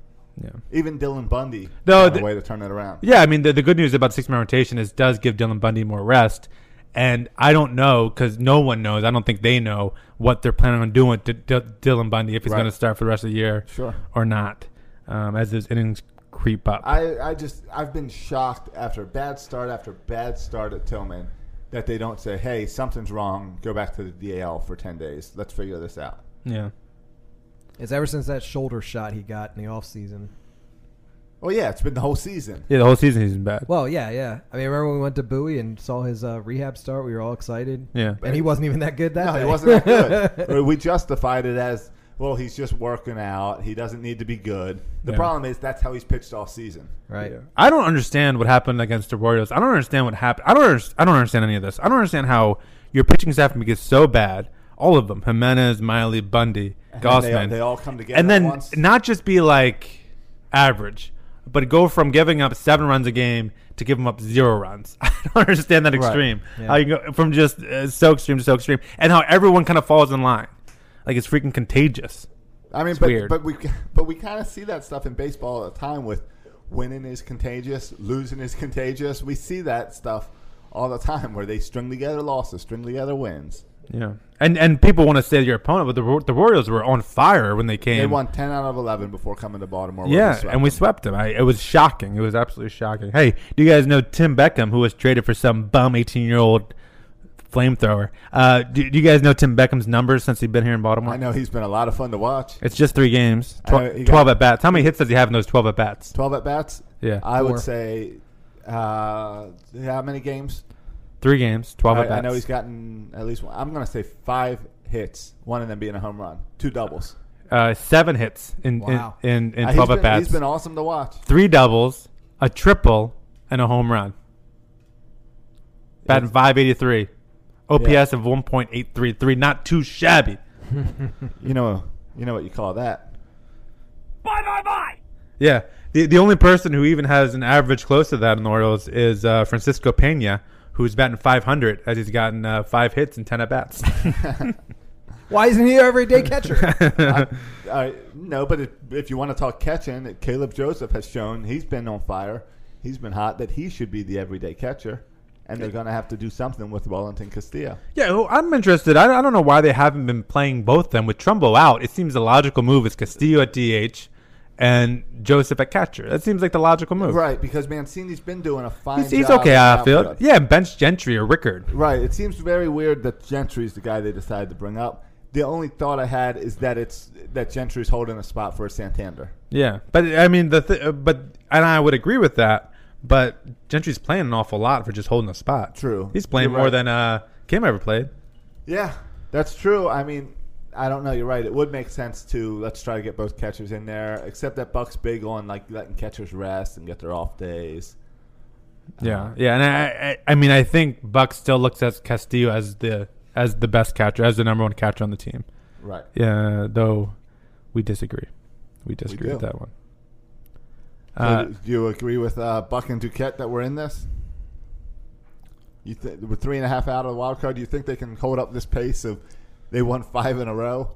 S4: yeah.
S2: Even Dylan Bundy
S4: No,
S2: found
S4: the-
S2: a way to turn it around.
S4: Yeah, I mean the, the good news about six man rotation is it does give Dylan Bundy more rest, and I don't know because no one knows. I don't think they know what they're planning on doing to D- Dylan Bundy if he's
S2: Right.
S4: going to start for the rest of the year,
S2: Sure.
S4: or not, um, as those innings creep up.
S2: I, I just I've been shocked after bad start after bad start at Tillman that they don't say, "Hey, something's wrong. Go back to the DAL for ten days. Let's figure this out."
S4: yeah,
S5: It's ever since that shoulder shot he got in the offseason.
S2: Oh yeah, it's been the whole season.
S4: Yeah, the whole season he's been bad.
S5: Well, yeah, yeah. I mean, remember when we went to Bowie and saw his uh, rehab start? We were all excited.
S4: Yeah.
S5: And he wasn't even that good that
S2: No, he
S5: day.
S2: wasn't that good. Or we justified it as well. He's just working out. He doesn't need to be good. The
S4: Yeah.
S2: problem is that's how he's pitched all season.
S5: right.
S4: I don't understand what happened against the Warriors. I don't understand what happened. I don't. underst- I don't understand any of this. I don't understand how your pitching staff can get so bad. All of them: Jimenez, Miley, Bundy,
S2: then they-
S4: Gossman.
S2: they all come together
S4: and
S2: at
S4: then
S2: once.
S4: not just be like average, but go from giving up seven runs a game to give them up zero runs. I don't understand that extreme. How you go from just uh, so extreme to so extreme, and how everyone kind of falls in line, like it's freaking contagious.
S2: I mean, but
S4: weird.
S2: but we but we kind of see that stuff in baseball all the time with winning is contagious, losing is contagious. We see that stuff all the time where they string together losses, string together wins.
S4: Yeah, and and people want to say your opponent, but the Wa- the Warriors were on fire when they came.
S2: They won ten out of eleven before coming to Baltimore. where
S4: Yeah,
S2: swept
S4: and we
S2: them.
S4: swept them. I, it was shocking. It was absolutely shocking. Hey, do you guys know Tim Beckham, who was traded for some bum 18 year old flamethrower? Uh, do, do you guys know Tim Beckham's numbers since he's been here in Baltimore?
S2: I know he's been a lot of fun to watch.
S4: It's just three games,
S2: I know,
S4: tw-
S2: he
S4: 12
S2: got-
S4: at bats. How many hits does he have in those 12 at bats?
S2: 12 at bats?
S4: Yeah.
S2: I
S5: Four.
S2: would say, uh, how many games?
S4: Three games, 12 at
S2: I,
S4: bats.
S2: I know he's gotten at least one. I'm going to say five hits, one of them being a home run, two doubles.
S4: uh, seven hits in,
S5: Wow.
S4: in, in,
S2: Uh,
S4: in
S2: he's
S4: 12
S2: been-
S4: at bats,
S2: He's been awesome to watch.
S4: three doubles, a triple, and a home run. Batting 583. OPS of 1.833. Not too shabby.
S2: You know, you know what you call that.
S4: Yeah. The, the only person who even has an average close to that in the Orioles is uh, Francisco Pena, who's batting 500 as he's gotten uh, five hits and 10 at bats.
S5: Why isn't he our everyday catcher?
S2: Uh, no, but if, if you want to talk catching, Caleb Joseph has shown he's been on fire. He's been hot that he should be the everyday catcher. And they're going to have to do something with Wellington Castillo.
S4: yeah, well, I'm interested. I, I don't know why they haven't been playing both them. With Trumbo out, it seems the logical move is Castillo at DH and Joseph at catcher. That seems like the logical move.
S2: Right, because Mancini's been doing a fine
S4: He's, he's
S2: job in
S4: okay
S2: the
S4: out of field.
S2: outfield.
S4: Yeah, bench Gentry or Rickard.
S2: Right. It seems very weird that Gentry's the guy they decided to bring up. The only thought I had is that it's that Gentry's holding a spot for Santander.
S4: Yeah, but I mean the th- but and I would agree with that. But Gentry's playing an awful lot for just holding a spot.
S2: True.
S4: he's playing
S2: You're
S4: more
S2: right.
S4: than uh, Kim ever played.
S2: Yeah, that's true. I mean, I don't know. You're right. It would make sense to let's try to get both catchers in there. Except that Buck's big on like letting catchers rest and get their off days.
S4: Yeah, yeah, and I, I, I mean, I think Buck still looks at Castillo as the as the best catcher, as the number one catcher on the team.
S2: Right.
S4: Yeah, though we disagree. We disagree
S2: do.
S4: with that one.
S2: So
S4: Uh,
S2: do do you agree with uh, Buck and Duquette that we're in this? You th- we're three and a half out of the wild card. Do you think they can hold up this pace of they won five in a row,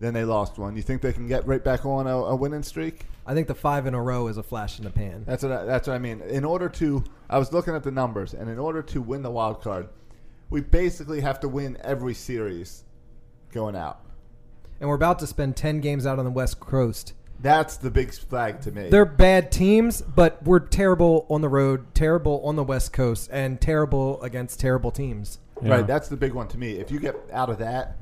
S2: then they lost one? You think they can get right back on a, a winning streak?
S5: I think the five in a row is a flash in the pan.
S2: That's what I, that's what I mean. In order to, I was looking at the numbers, and in order to win the wild card, we basically have to win every series going out.
S5: And we're about to spend 10 games out on the West Coast.
S2: That's the big flag to me.
S5: They're bad teams, but we're terrible on the road, terrible on the West Coast, and terrible against terrible teams.
S4: Yeah.
S2: Right, that's the big one to me. If you get out of that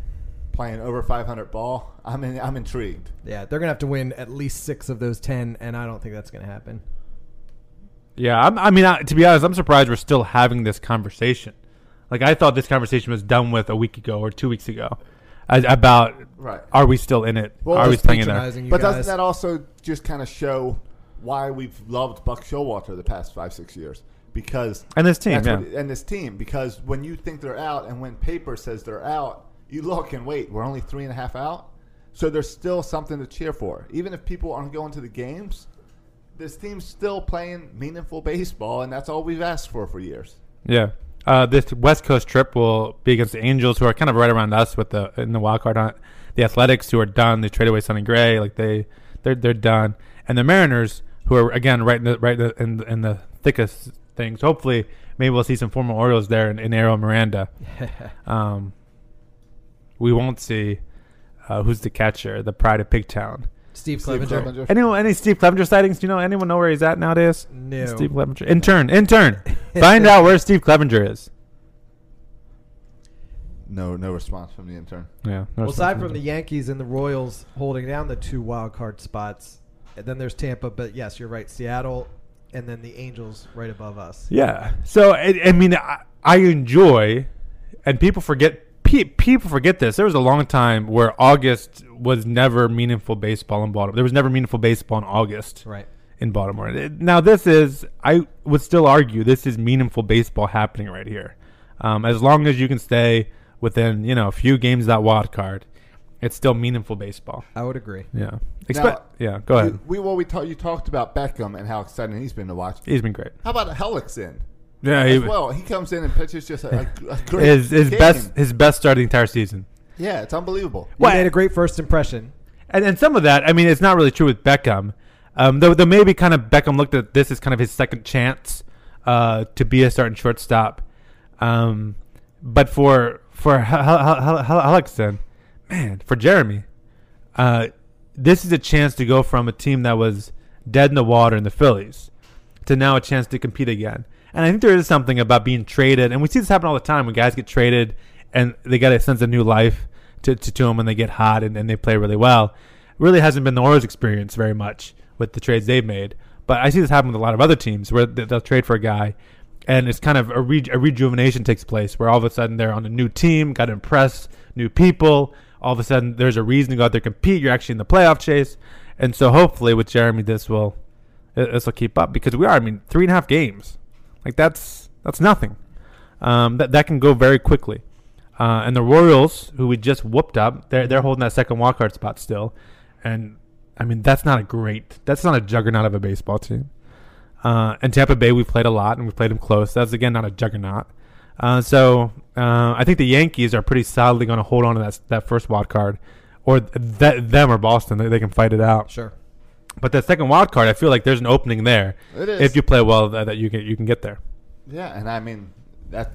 S2: playing over 500 ball, I'm in, I'm intrigued.
S5: Yeah, they're going to have to win at least six of those 10, and I don't think that's going to happen.
S4: Yeah, I'm, I mean, I, to be honest, I'm surprised we're still having this conversation. Like, I thought this conversation was done with a week ago or two weeks ago as, about
S2: Right.
S4: are we still in it?
S2: Well,
S4: are we
S2: just
S4: playing in there?
S5: Patronizing you
S2: But
S5: guys.
S2: doesn't that also just kind of show why we've loved Buck Showalter the past five six years? Because
S4: And this team,
S2: that's
S4: yeah.
S2: what- and this team, because when you think they're out, and when paper says they're out, you look and wait. We're only three and a half out, so there's still something to cheer for. Even if people aren't going to the games, this team's still playing meaningful baseball, and that's all we've asked for for years.
S4: Yeah. Uh, this West Coast trip will be against the Angels, who are kind of right around us with the in the wild card hunt. The Athletics, who are done, they trade away Sonny Gray, like they they're they're done, and the Mariners, who are again right in the right in the, in the, in the thickest things. Hopefully, maybe we'll see some former Orioles there in, in Arrow Miranda. um, we won't see uh, who's the catcher, the pride of Pigtown.
S5: Steve Clevenger.
S2: Clevenger.
S4: Anyone, any Steve Clevenger sightings? Do you know anyone know where he's at nowadays?
S5: No.
S4: Steve Clevenger. Intern, intern. Find out where Steve Clevenger is.
S2: No, no response from the intern.
S4: Yeah.
S5: Well, aside from the Yankees and the Royals holding down the two wild card spots, and then there's Tampa. But yes, you're right, Seattle, and then the Angels right above us.
S4: Yeah. So I, I mean, I, I enjoy, and people forget. Pe- people forget this. There was a long time where August was never meaningful baseball in Baltimore. There was never meaningful baseball in August.
S5: Right.
S4: In Baltimore. It- Now this is. I would still argue this is meaningful baseball happening right here. Um, as long as you can stay within, you know, a few games of that wild card, it's still meaningful baseball.
S5: I would agree.
S4: Yeah. Expect. yeah. Go ahead.
S2: We, well, we talk, you talked about Beckham and how exciting he's been to watch.
S4: He's been great.
S2: How about Helix in?
S4: Yeah.
S2: As
S4: He,
S2: well, he comes in and pitches just a, a, a great
S4: his his
S2: game.
S4: best his best start of the entire season.
S2: Yeah, it's unbelievable.
S5: You made a great first impression.
S4: and, and some of that, I mean, it's not really true with Beckham. Um, though, though maybe kind of Beckham looked at this as kind of his second chance uh, to be a starting shortstop. Um, but for for Hel- Hel- Hel- Hel- Hellickson, man, for Jeremy, uh, this is a chance to go from a team that was dead in the water in the Phillies to now a chance to compete again. And I think there is something about being traded, and we see this happen all the time when guys get traded and they got a sense of new life to, to, to them when they get hot and, and they play really well. Really hasn't been the Orioles' experience very much with the trades they've made, but I see this happen with a lot of other teams where they- they'll trade for a guy, and it's kind of a, re- a rejuvenation takes place where all of a sudden they're on a new team, got to impress new people. All of a sudden, there's a reason to go out there compete. You're actually in the playoff chase, and so hopefully with Jeremy, this will it- this will keep up because we are. I mean, three and a half games, like that's that's nothing. Um, that that can go very quickly. Uh, and the Royals, who we just whooped up, they're they're holding that second wild card spot still. And I mean, that's not a great. That's not a juggernaut of a baseball team. Uh, and Tampa Bay, we played a lot and we played them close. That's again not a juggernaut. Uh, so uh, I think the Yankees are pretty solidly going to hold on to that that first wild card, or th- that them or Boston, they, they can fight it out.
S5: Sure.
S4: But that second wild card, I feel like there's an opening there.
S2: It is.
S4: If you play well, that, that you can you can get there.
S2: Yeah, and I mean that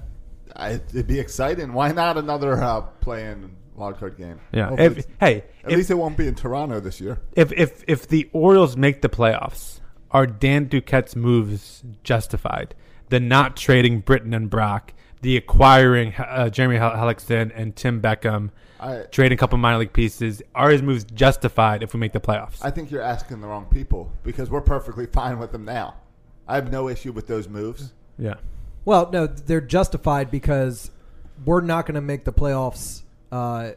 S2: I, it'd be exciting. Why not another uh, playing wild card game?
S4: Yeah.
S2: Hopefully
S4: If,
S2: it's-
S4: hey,
S2: at
S4: if,
S2: least it won't be in Toronto this year.
S4: if if if the Orioles make the playoffs, are Dan Duquette's moves justified? The not trading Britton and Brock, the acquiring uh, Jeremy Hel- Hellickson and Tim Beckham,
S2: I-
S4: trading a couple minor league pieces, are his moves justified if we make the playoffs?
S2: I think you're asking the wrong people because we're perfectly fine with them now. I have no issue with those moves.
S4: yeah.
S5: Well, no, they're justified because we're not going to make the playoffs uh,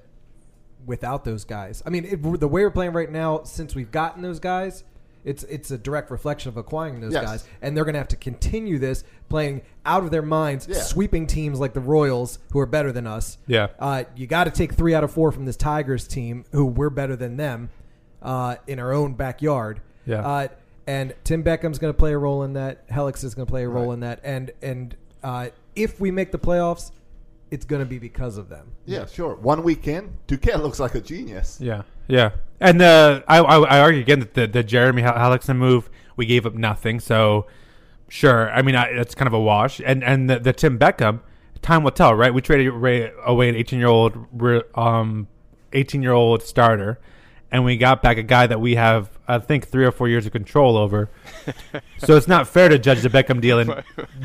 S5: without those guys. I mean, it, the way we're playing right now, since we've gotten those guys, it's it's a direct reflection of acquiring those
S2: Yes.
S5: guys, and they're going to have to continue this playing out of their minds,
S2: Yeah.
S5: sweeping teams like the Royals, who are better than us.
S4: Yeah.
S5: uh, you got to take three out of four from this Tigers team, who we're better than them uh, in our own backyard.
S4: Yeah.
S5: Uh, and Tim Beckham's going to play a role in that. Helix is going to play a role in that. And and uh, if we make the playoffs, it's going to be because of them.
S2: Yeah, sure. One weekend, Duquette looks like a genius.
S4: Yeah, yeah, and uh, I, I I argue again that the, the Jeremy Hel- Hellickson move we gave up nothing, so sure. I mean, I, it's kind of a wash, and and the, the Tim Beckham, time will tell, right? We traded ra- away an eighteen year old um eighteen year old starter, and we got back a guy that we have I think three or four years of control over, so it's not fair to judge the Beckham deal in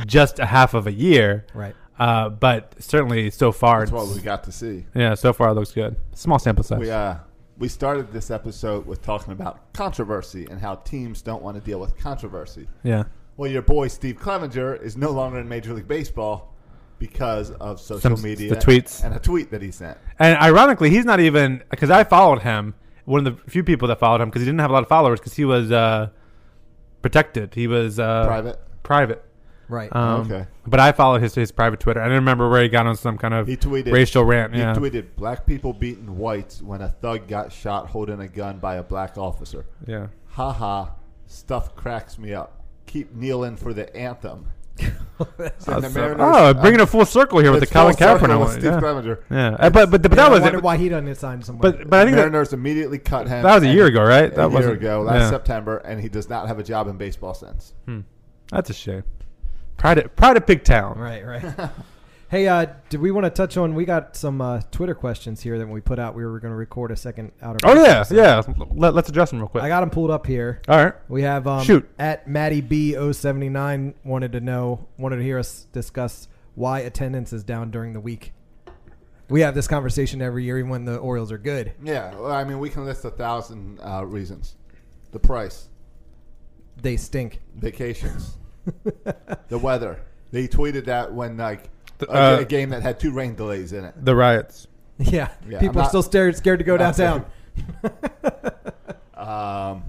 S4: just a half of a year,
S5: Right.
S4: Uh, but certainly so far,
S2: That's what
S4: it's-
S2: we got to see.
S4: yeah, so far it looks good. Small sample size.
S2: We uh we started this episode with talking about controversy and how teams don't want to deal with controversy.
S4: yeah.
S2: Well, your boy Steve Clevenger is no longer in Major League Baseball because of social
S4: Some-
S2: media
S4: the tweets.
S2: and a tweet that he sent.
S4: And ironically, he's not even because I followed him. One of the few people that followed him because he didn't have a lot of followers because he was uh, protected. He was uh,
S2: Private?
S4: Private.
S5: Right.
S4: Um,
S2: Okay.
S4: But I followed his his private Twitter. I didn't remember where he got on some kind of
S2: He tweeted
S4: racial rant.
S2: He
S4: yeah.
S2: tweeted black people beating whites when a thug got shot holding a gun by a black officer.
S4: Yeah.
S2: Ha ha, stuff cracks me up. Keep kneeling for the anthem. So the
S4: So-
S2: Mariners- uh,
S4: oh, bringing it full circle here with the
S2: It's
S4: Colin
S2: full circle
S4: Kaepernick
S2: with
S4: one.
S2: Steve
S4: yeah.
S2: Clevenger.
S4: Yeah. Uh, but but, but that was
S5: I wonder
S4: it.
S5: why he doesn't sign somewhere.
S4: But but I think that,
S2: Mariners immediately cut him.
S4: That was a
S2: and-
S4: year ago, right? That
S2: a year
S4: wasn't-
S2: ago, last
S4: yeah. Hmm.
S2: September, and he does not have a job in baseball since.
S4: that's a shame. Pride of, pride of Pig Town.
S5: right, right. hey, uh, did we want to touch on? We got some uh, Twitter questions here that we put out. We were going to record a second outer.
S4: Oh yeah, yeah. Let, us address him real quick.
S5: I got them pulled up here.
S4: All right.
S5: We have um,
S4: Shoot.
S5: at Maddie B 79 wanted to know wanted to hear us discuss why attendance is down during the week. We have this conversation every year, even when the Orioles are good.
S2: Yeah, well, I mean, we can list a thousand uh, reasons. The price,
S5: They stink.
S2: vacations, the weather. They tweeted that when like a,
S4: uh,
S2: a game that had two rain delays in it.
S4: The riots.
S5: Yeah,
S2: Yeah,
S5: people
S2: I'm
S5: are still
S2: not-
S5: scared, scared to go
S2: not
S5: downtown.
S2: Um,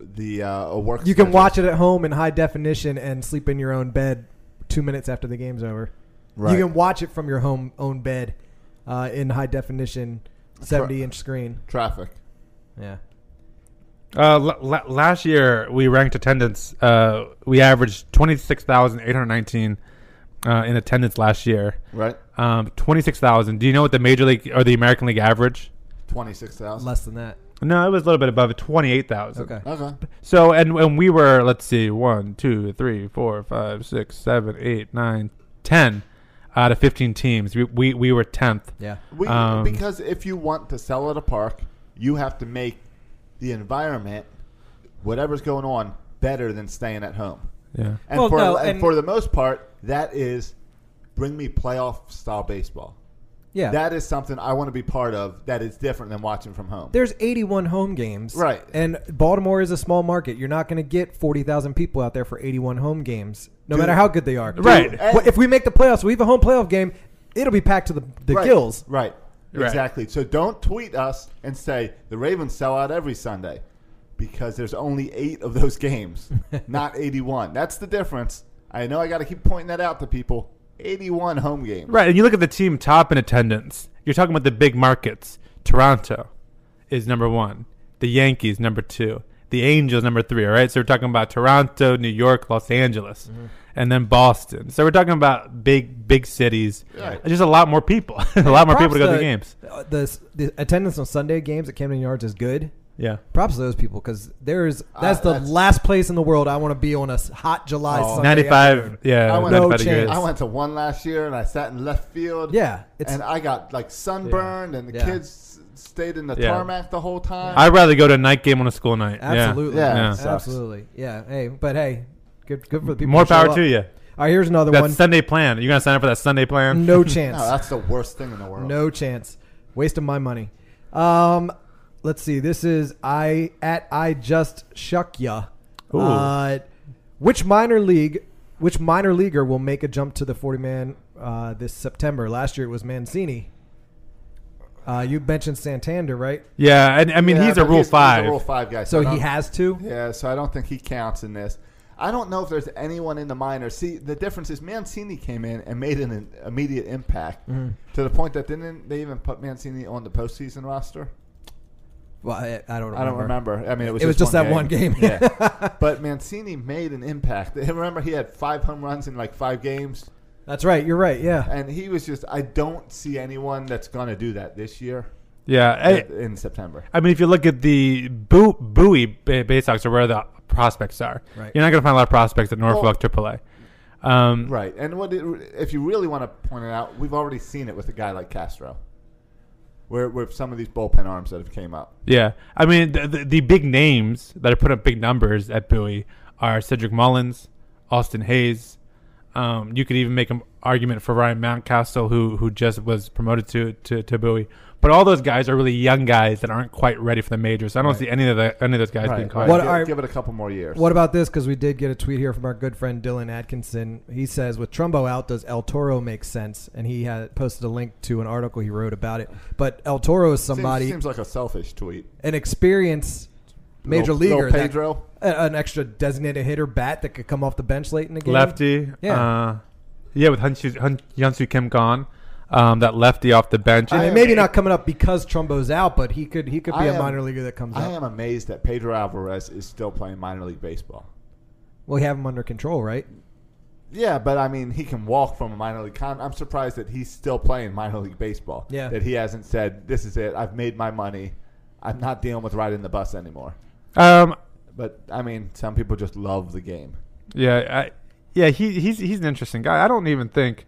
S2: the uh, a work.
S5: You can
S2: schedule.
S5: watch it at home in high definition and sleep in your own bed two minutes after the game's over.
S2: Right.
S5: You can watch it from your home own bed uh, in high definition, seventy inch screen.
S2: traffic.
S5: Yeah,
S4: Uh, l- l- last year we ranked attendance. Uh, we averaged twenty six thousand eight hundred nineteen uh, in attendance last year.
S2: Right,
S4: Um, twenty six thousand. Do you know what the Major League or the American League average?
S2: twenty six thousand.
S5: less than that.
S4: No, it was a little bit above twenty eight thousand.
S5: Okay.
S2: Okay,
S4: So and and we were let's see one two three four five six seven eight nine ten out of fifteen teams. We we, we were tenth.
S5: Yeah,
S2: we,
S4: Um,
S2: because if you want to sell at a park, you have to make the environment, whatever's going on, better than staying at home.
S4: Yeah.
S2: And,
S5: Well,
S2: for,
S5: no,
S2: and,
S5: and-
S2: for the most part, that is bring me playoff style baseball.
S5: yeah.
S2: That is something I want to be part of that is different than watching from home.
S5: There's 81 home games,
S2: Right.
S5: And Baltimore is a small market. You're not going to get 40,000 people out there for 81 home games, no
S2: Dude.
S5: matter how good they are.
S4: Right.
S5: But if we make the playoffs, we have a home playoff game. It'll be packed to the, the
S2: right.
S5: gills.
S2: Right.
S4: Right.
S2: Exactly. So don't tweet us and say the Ravens sell out every Sunday because there's only eight of those games, not 81. That's the difference. I know I got to keep pointing that out to people. 81 home games.
S4: Right, and you look at the team top in attendance. You're talking about the big markets. Toronto is number one. The Yankees number two. The Angels number three. All right, so we're talking about Toronto, New York, Los Angeles,
S5: Mm-hmm.
S4: and then Boston. So we're talking about big, big cities.
S2: Right.
S4: Just a lot more people. a lot more people to go to the games.
S5: uh, The, the attendance on Sunday games at Camden Yards is good.
S4: Yeah.
S5: Props to those people because there is that's
S2: Uh,
S5: the
S2: that's-
S5: last place in the world I want to be on a s- hot July Sunday. afternoon.
S4: Ninety-five. Yeah.
S2: I went-
S5: No
S4: 95 degrees.
S5: chance.
S2: I went to one last year and I sat in left field.
S5: Yeah, it's-
S2: and I got like sunburned and the
S5: Yeah.
S2: kids s- stayed in the
S4: Yeah.
S2: tarmac the whole time.
S4: I'd rather go to a night game on a school night. Yeah.
S5: Absolutely,
S2: Yeah, it sucks.
S5: absolutely, yeah. Hey, but hey, good, good for the people.
S4: More
S5: who show
S4: power
S5: up.
S4: to you.
S5: All right, here's another
S4: That
S5: one.
S4: Sunday plan. You're gonna sign up for that Sunday plan?
S5: No chance.
S2: no, that's the worst thing in the world.
S5: No chance. Wasting my money. Um, let's see. This is I at I just shuck ya.
S4: Ooh.
S5: Uh, which minor league? Which minor leaguer will make a jump to the forty man uh, this September? Last year it was Mancini. Uh, you mentioned Santander, right?
S4: Yeah, and I mean
S2: Yeah,
S4: he's a
S2: but
S4: rule
S2: He's
S4: five.
S2: a rule five guy.
S5: So
S2: I
S5: he
S2: don't-
S5: has to.
S2: Yeah, so I don't think he counts in this. I don't know if there's anyone in the minors. See, the difference is Mancini came in and made an in- immediate impact
S5: Mm-hmm.
S2: to the point that didn't they even put Mancini on the postseason roster?
S5: Well, I, I don't. Remember.
S2: I don't remember. I mean, it was
S5: It was just that one game.
S2: yeah, but Mancini made an impact. And Remember, he had five home runs in like five games,
S5: That's right. You're right. Yeah.
S2: and he was just. I don't see anyone that's gonna do that this year
S4: Yeah, I-
S2: in September.
S4: I mean, if you look at the Boo- Bowie Ba- Bay Sox are where the prospects are.
S5: Right.
S4: You're not going to find a lot of prospects at Norfolk AAA. Um,
S2: Right, and what it, if you really want to point it out? We've already seen it with a guy like Castro, where with some of these bullpen arms that have came up.
S4: Yeah. I mean, the, the, the big names that are put up big numbers at Bowie are Cedric Mullins, Austin Hayes. Um, you could even make an argument for Ryan Mountcastle, who who just was promoted to, to, to Bowie. But all those guys are really young guys that aren't quite ready for the majors. I don't see any of the, any of those guys being caught.
S5: What
S2: give,
S5: are-
S2: give it a couple more years.
S5: What about this? Because we did get a tweet here from our good friend Dylan Atkinson. He says, "With Trumbo out, does El Toro make sense?" And he had posted a link to an article he wrote about it. But El Toro is
S2: seems,
S5: somebody,
S2: seems like a selfish tweet.
S5: an experienced major
S2: Little-
S5: leaguer,
S2: little
S5: that- Eh.
S2: Pedro.
S5: a- an extra designated hitter bat that could come off the bench late in the game.
S4: lefty.
S5: Yeah.
S4: Uh, yeah, with Hunsu, Hun, Hyunsoo Kim gone, um, that lefty off the bench.
S5: and
S2: I
S5: it
S2: am
S5: maybe
S2: a-
S5: not coming up because Trumbo's out, but he could he could be
S2: I
S5: a
S2: am-
S5: minor leaguer that comes
S2: I
S5: up.
S2: am amazed that Pedro Alvarez is still playing minor league baseball.
S5: Well, we have him under control, right?
S2: Yeah, but I mean, he can walk from a minor league. Con- I'm surprised that he's still playing minor league baseball.
S5: Yeah.
S2: that he hasn't said, "This is it. I've made my money. I'm not dealing with riding the bus anymore."
S4: Um,
S2: But I mean, some people just love the game.
S4: yeah, I, yeah, he, he's he's an interesting guy. I don't even think.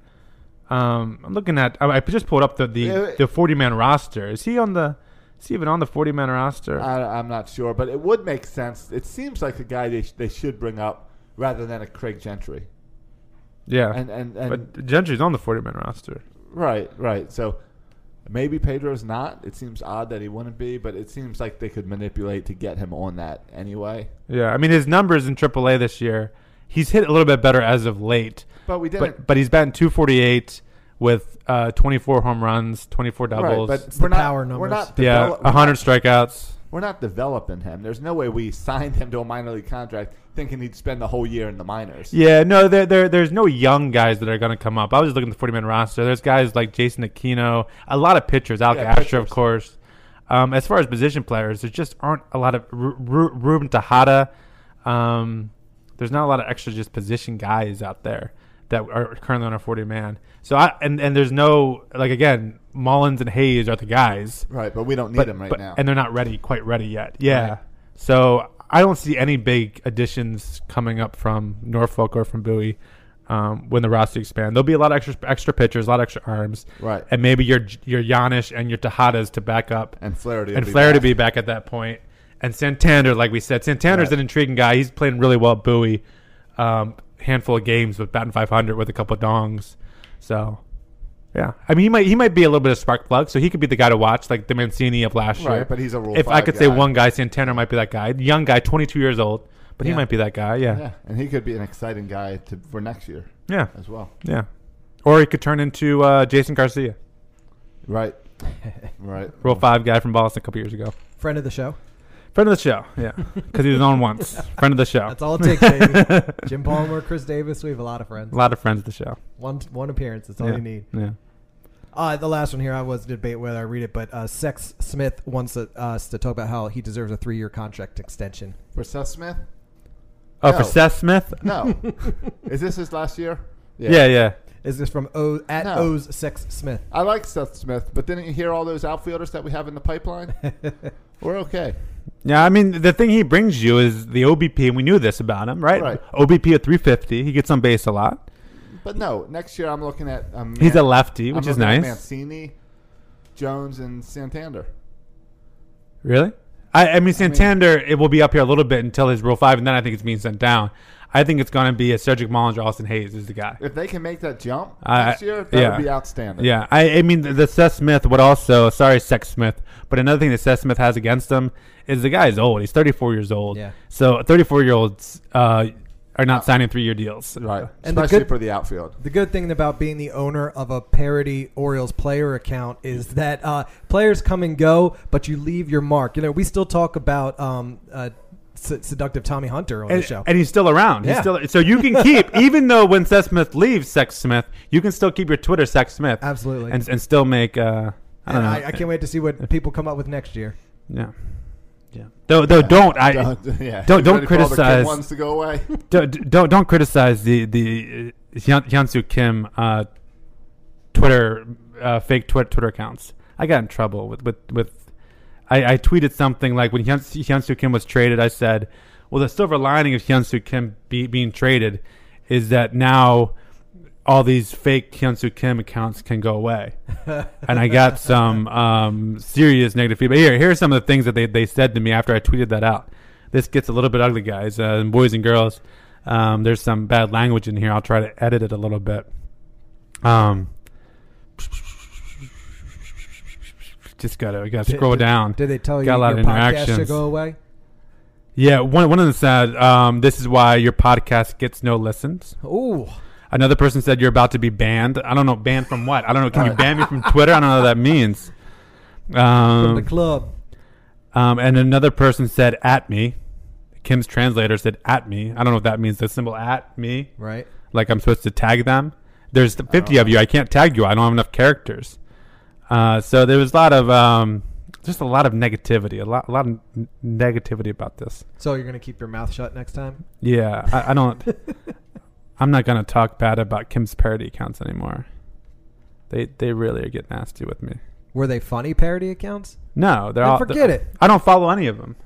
S4: Um, I'm looking at. I, I just pulled up the
S2: Yeah,
S4: the
S2: it-
S4: the 40 man roster. Is he on the? Is he even on the 40 man roster?
S2: I, I'm not sure, but it would make sense. It seems like a guy they, sh- they should bring up rather than a Craig Gentry.
S4: yeah,
S2: And and, and
S4: but Gentry's on the 40 man roster.
S2: Right, right. So maybe Pedro's not. It seems odd that he wouldn't be, but it seems like they could manipulate to get him on that anyway.
S4: Yeah, I mean his numbers in AAA this year, he's hit a little bit better as of late.
S2: But we didn't.
S4: But, but he's batting 248 with uh, 24 home runs, 24 doubles.
S2: Right, but
S5: It's
S2: we're
S5: the
S2: not,
S5: power
S2: We're
S5: numbers.
S2: not
S4: yeah,
S2: develop-
S4: 100 strikeouts.
S2: We're not developing him. There's no way we signed him to a minor league contract thinking he'd spend the whole year in the minors.
S4: Yeah, no, there, there, there's no young guys that are going to come up. I was just looking at the 40 man roster. There's guys like Jason Aquino, a lot of pitchers, Alec
S2: Yeah,
S4: Astra, of
S2: pitchers.
S4: course. Um, as far as position players, there just aren't a lot of Ru- Ru- Ruben Tejada. Um, there's not a lot of extra just position guys out there that are currently on our 40 man. So I and, and there's no like again, Mullins and Hayes are the guys
S2: Right, but we don't need him right now.
S4: and they're not ready, quite ready yet. Yeah. So I don't see any big additions coming up from Norfolk or from Bowie um, when the roster expand. There'll be a lot of extra extra pitchers, a lot of extra arms,
S2: Right.
S4: And maybe your your Yanish and your Tejadas to back up,
S2: And Flaherty will
S4: and
S2: be
S4: Flair to
S2: back.
S4: be back at that point, and Santander, like we said, Santander's
S2: Right.
S4: an intriguing guy. He's playing really well at Bowie, um, handful of games with batting 500 with a couple dongs, so. Yeah, I mean he might he might be a little bit of spark plug, so he could be the guy to watch, like the Mancini of last
S2: Right,
S4: year.
S2: but he's a Rule
S4: If I
S2: five
S4: could say
S2: guy.
S4: one guy, Santana might be that guy, young guy, twenty two years old, but he
S2: Yeah.
S4: might be that guy. Yeah, yeah,
S2: yeah, and he could be an exciting guy to, for next year
S4: yeah.
S2: as well.
S4: Or he could turn into uh, Jason Garcia,
S2: Right, right.
S4: Rule Five guy from Boston a couple years ago,
S5: Friend of the show.
S4: friend of the show. Yeah, because he was on once. Friend of the show.
S5: That's all it takes, baby. Jim Palmer, Chris Davis. We have a lot of friends.
S4: A lot of friends of the show.
S5: One one appearance. That's all
S4: yeah.
S5: you need.
S4: Yeah.
S5: Uh, the last one here, I was debate whether I read it, but uh, Sex Smith wants uh, us to talk about how he deserves a three year contract extension.
S2: For Seth Smith?
S4: Oh,
S2: No.
S4: for Seth Smith.
S2: No. Is this his last year?
S4: Yeah, yeah.
S5: Is this from o- at
S2: No.
S5: O's Sex Smith?
S2: I like Seth Smith, but didn't you hear all those outfielders that we have in the pipeline? We're okay.
S4: Yeah, I mean the thing he brings you is the OBP, and we knew this about him, right?
S2: Right.
S4: OBP at 350, he gets on base a lot.
S2: But no, next year I'm looking at. Um,
S4: He's a lefty,
S2: I'm
S4: which is
S2: looking at
S4: nice.
S2: Mancini, Jones, and Santander.
S4: Really? I, I mean, Santander, it will be up here a little bit until his Rule 5, and then I think it's being sent down. I think it's going to be a Cedric Mullins or Austin Hayes is the guy.
S2: If they can make that jump
S4: I-
S2: next year, that
S4: yeah.
S2: would be outstanding.
S4: Yeah, I, I mean, the, the Seth Smith would also, sorry, Sex Smith, but another thing that Seth Smith has against him is the guy's old. He's 34 years old.
S5: Yeah.
S4: So 34 year olds uh, are not signing three year deals.
S2: Right.
S5: And the
S2: Especially
S5: good-
S2: for the outfield.
S5: The good thing about being the owner of a parody Orioles player account is that uh, players come and go, but you leave your mark. You know, we still talk about um, uh, se- seductive Tommy Hunter on
S4: And,
S5: the show.
S4: and he's still around. He's
S5: Yeah.
S4: still so you can keep even though when Seth Smith leaves Sex Smith, you can still keep your Twitter Sex Smith.
S5: Absolutely.
S4: And, and still make uh I don't
S5: And
S4: know.
S5: I, I can't wait to see what people come up with next year.
S4: Yeah. Yeah. Though, though, don't I
S2: Don't-
S4: don't
S2: yeah.
S4: don't,
S2: You ready for all the kid
S4: criticize
S2: ones to go away.
S4: don't, don't don't criticize the the uh, Hyun- Hyunsoo Kim uh, Twitter uh, fake Twitter Twitter accounts. I got in trouble with with, with I, I tweeted something like when Hyunsoo Hyunsoo Kim was traded. I said, "Well, the silver lining of Hyunsoo Kim be, being traded is that now all these fake Hyunsoo Kim accounts can go away." and I got some um, serious negative feedback. Here, here are some of the things that they, they said to me after I tweeted that out. This gets a little bit ugly, guys, uh, and boys and girls. Um, there's some bad language in here. I'll try to edit it a little bit. Um, just gotta, gotta scroll
S5: did-
S4: down.
S5: Did they tell
S4: Got
S5: you
S4: a lot
S5: your
S4: of
S5: podcast should
S4: interactions.
S5: go away?
S4: Yeah, one one of them said, um, "This is why your podcast gets no listens."
S5: Ooh,
S4: Another person said you're about to be banned. I don't know banned from what. I don't know. Can you ban me from Twitter? I don't know what that means.
S5: from
S4: Um,
S5: the club.
S4: um, and another person said at me. Kim's translator said at me. I don't know what that means. The symbol at me,
S5: Right.
S4: like I'm supposed to tag them. There's the 50 of you. I can't tag you. I don't have enough characters. Uh, so there was a lot of um, just a lot of negativity. A lot, a lot of n- negativity about this.
S5: So you're gonna keep your mouth shut next time.
S4: Yeah, I, I don't. I'm not gonna talk bad about Kim's parody accounts anymore. They they really are getting nasty with me.
S5: Were they funny parody accounts?
S4: No, they're
S5: Then
S4: all
S5: forget it.
S4: I don't follow any of them.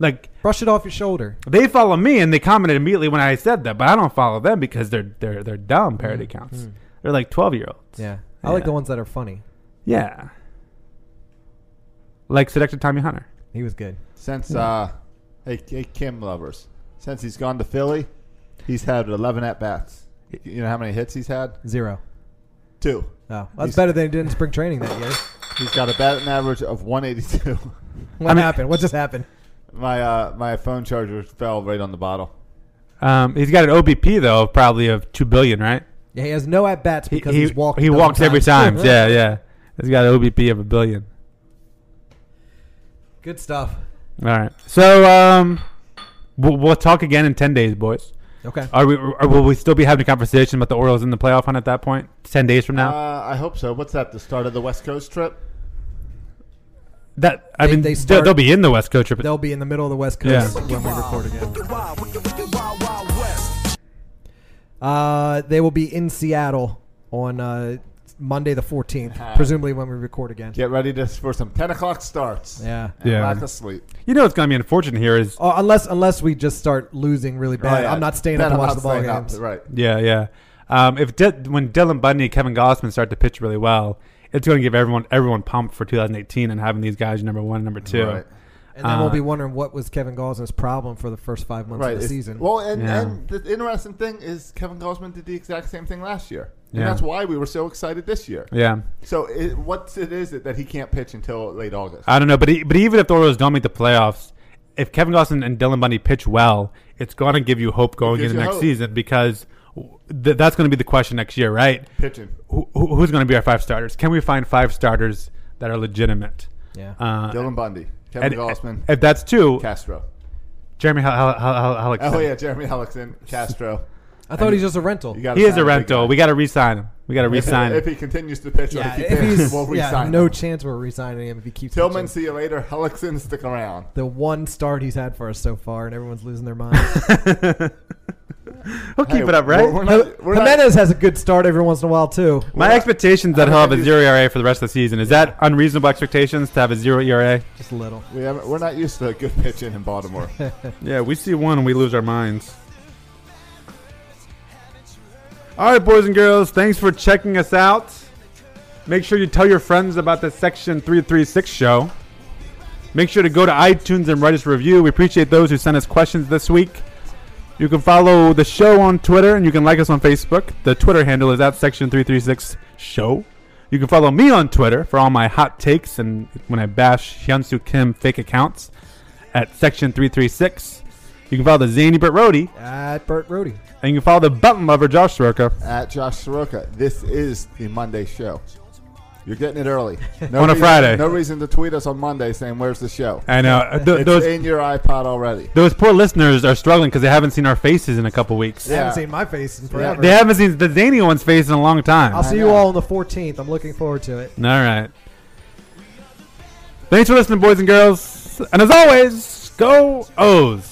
S4: Like
S5: Brush it off your shoulder.
S4: they follow me and they commented immediately when I said that, but I don't follow them because they're they're they're dumb parody accounts. They're like twelve year olds.
S5: Mm, Yeah, I like
S4: Yeah.
S5: the ones that are funny.
S4: Yeah. Like seductive Tommy Hunter.
S5: He was good.
S2: Since uh, hey, hey, Kim lovers, since he's gone to Philly, he's had 11 at bats. You know how many hits he's had?
S5: Zero.
S2: Two.
S5: Oh, that's better than he did in spring training that year.
S2: He's got a batting average of 182.
S5: What happened? What just happened?
S2: my uh, my phone charger fell right on the bottle.
S4: Um, he's got an OBP though, probably of two billion, right?
S5: Yeah, he has no at bats
S4: He
S5: because
S4: he,
S5: he's walked.
S4: he
S5: a dozen
S4: walks every time.
S5: times.
S4: yeah, yeah. He's got an OBP of a billion.
S5: Good stuff.
S4: All right. So um, we'll, we'll talk again in ten days, boys.
S5: Okay.
S4: Are we? Are, will we still be having a conversation about the Orioles in the playoff hunt at that point? Ten days from now.
S2: Uh, I hope so. What's that? The start of the West Coast trip?
S4: that I
S5: they-
S4: mean,
S5: they
S4: they
S5: start-
S4: will they'll be in the West Coast trip.
S5: They'll be in the middle of the West
S4: Yeah.
S5: Coast when we record again.
S7: Wild, wicked, wicked, wild, wild west.
S5: Uh, they will be in Seattle on uh, Monday the 14th, presumably when we record again.
S2: Get ready to, for some 10 o'clock starts.
S5: Yeah.
S2: And
S4: Yeah.
S2: Lack of sleep.
S4: You know, what's going to be unfortunate here is
S5: Oh, unless unless we just start losing really bad,
S2: Right.
S5: I'm not staying
S2: Then
S5: up to
S2: Oh, I'm
S5: watch
S2: not
S5: the ball
S2: staying up.
S5: games.
S2: Right.
S4: Yeah, yeah. Um, if De- when Dylan Bundy, and Kevin Gossman start to pitch really well, it's going to give everyone everyone pumped for 2018 and having these guys number one, number two.
S2: Right.
S5: And then we'll
S4: Uh,
S5: be wondering what was Kevin Gosman's problem for the first five months
S2: Right.
S5: of the
S2: It's-
S5: season.
S2: Well, and,
S4: Yeah.
S2: and the interesting thing is Kevin Gausman did the exact same thing last year. And
S4: Yeah.
S2: that's why we were so excited this year.
S4: Yeah,
S2: So it, what's it is it that he can't pitch until late August?
S4: I don't know, but e but even if the Orioles don't make the playoffs, if Kevin Gossman and Dylan Bundy pitch well, it's going to give you hope going
S2: gives
S4: into
S2: you
S4: next
S2: hope.
S4: season because th- that's going to be the question next year, right?
S2: Pitching.
S4: Who, who- who's going to be our five starters? Can we find five starters that are legitimate?
S5: yeah.
S4: Uh,
S2: Dylan Bundy, Kevin
S4: and-
S2: Gausman,
S4: If that's two,
S2: Castro.
S4: Jeremy Hal- Hal- Hal- Hal-
S2: Oh yeah, Jeremy Alexin, Castro.
S5: I thought he was just a rental.
S2: You gotta
S4: He is
S2: sign
S4: a
S2: big
S4: rental.
S2: guy.
S4: We got to re-sign him. We got to
S2: If,
S4: re-sign
S2: if
S4: him.
S2: he continues to pitch,
S5: yeah,
S2: or if he
S5: if
S2: pitches,
S5: he's,
S2: we'll
S5: yeah,
S2: re-sign
S5: no
S2: him.
S5: chance we're resigning him if he keeps
S2: Tillman,
S5: pitching.
S2: see you later. Hellickson, stick around.
S5: the one start he's had for us so far, and everyone's losing their minds.
S4: He'll keep
S2: Hey,
S4: it up, right?
S2: we're- we're not- we're not-
S5: Jimenez has a good start every once in a while too.
S4: My expectations that he'll have a
S2: he's-
S4: zero ERA for the rest of the season. Is that unreasonable expectations to have a zero ERA?
S5: Just a little.
S2: We haven't, we're not used to good pitching in Baltimore.
S4: Yeah, we see one and we lose our minds. All right, boys and girls, thanks for checking us out. Make sure you tell your friends about the Section 336 show. Make sure to go to iTunes and write us a review. We appreciate those who sent us questions this week. You can follow the show on Twitter and you can like us on Facebook. The Twitter handle is at Section 336 Show. You can follow me on Twitter for all my hot takes and when I bash Hyunsoo Kim fake accounts at Section 336. You can follow the Zany Bert Rhodey,
S5: At Bert Rhodey.
S4: and you can follow the button lover Josh Soroka
S2: At Josh Soroka, this is the Monday show. You're getting it early. No
S4: On a
S2: reason-
S4: Friday.
S2: No reason to tweet us on Monday saying, where's the show?
S4: I know uh, th-
S2: It's
S4: those
S2: in your iPod already.
S4: those poor listeners are struggling because they haven't seen our faces in a couple weeks.
S5: I
S2: Yeah.
S5: haven't seen my face in forever.
S4: They haven't seen the Zany one's face in a long time.
S5: I'll see you
S2: know.
S5: all on the 14th. I'm looking forward to it.
S4: All right. Thanks for listening, boys and girls. And as always, go O's.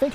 S8: Thank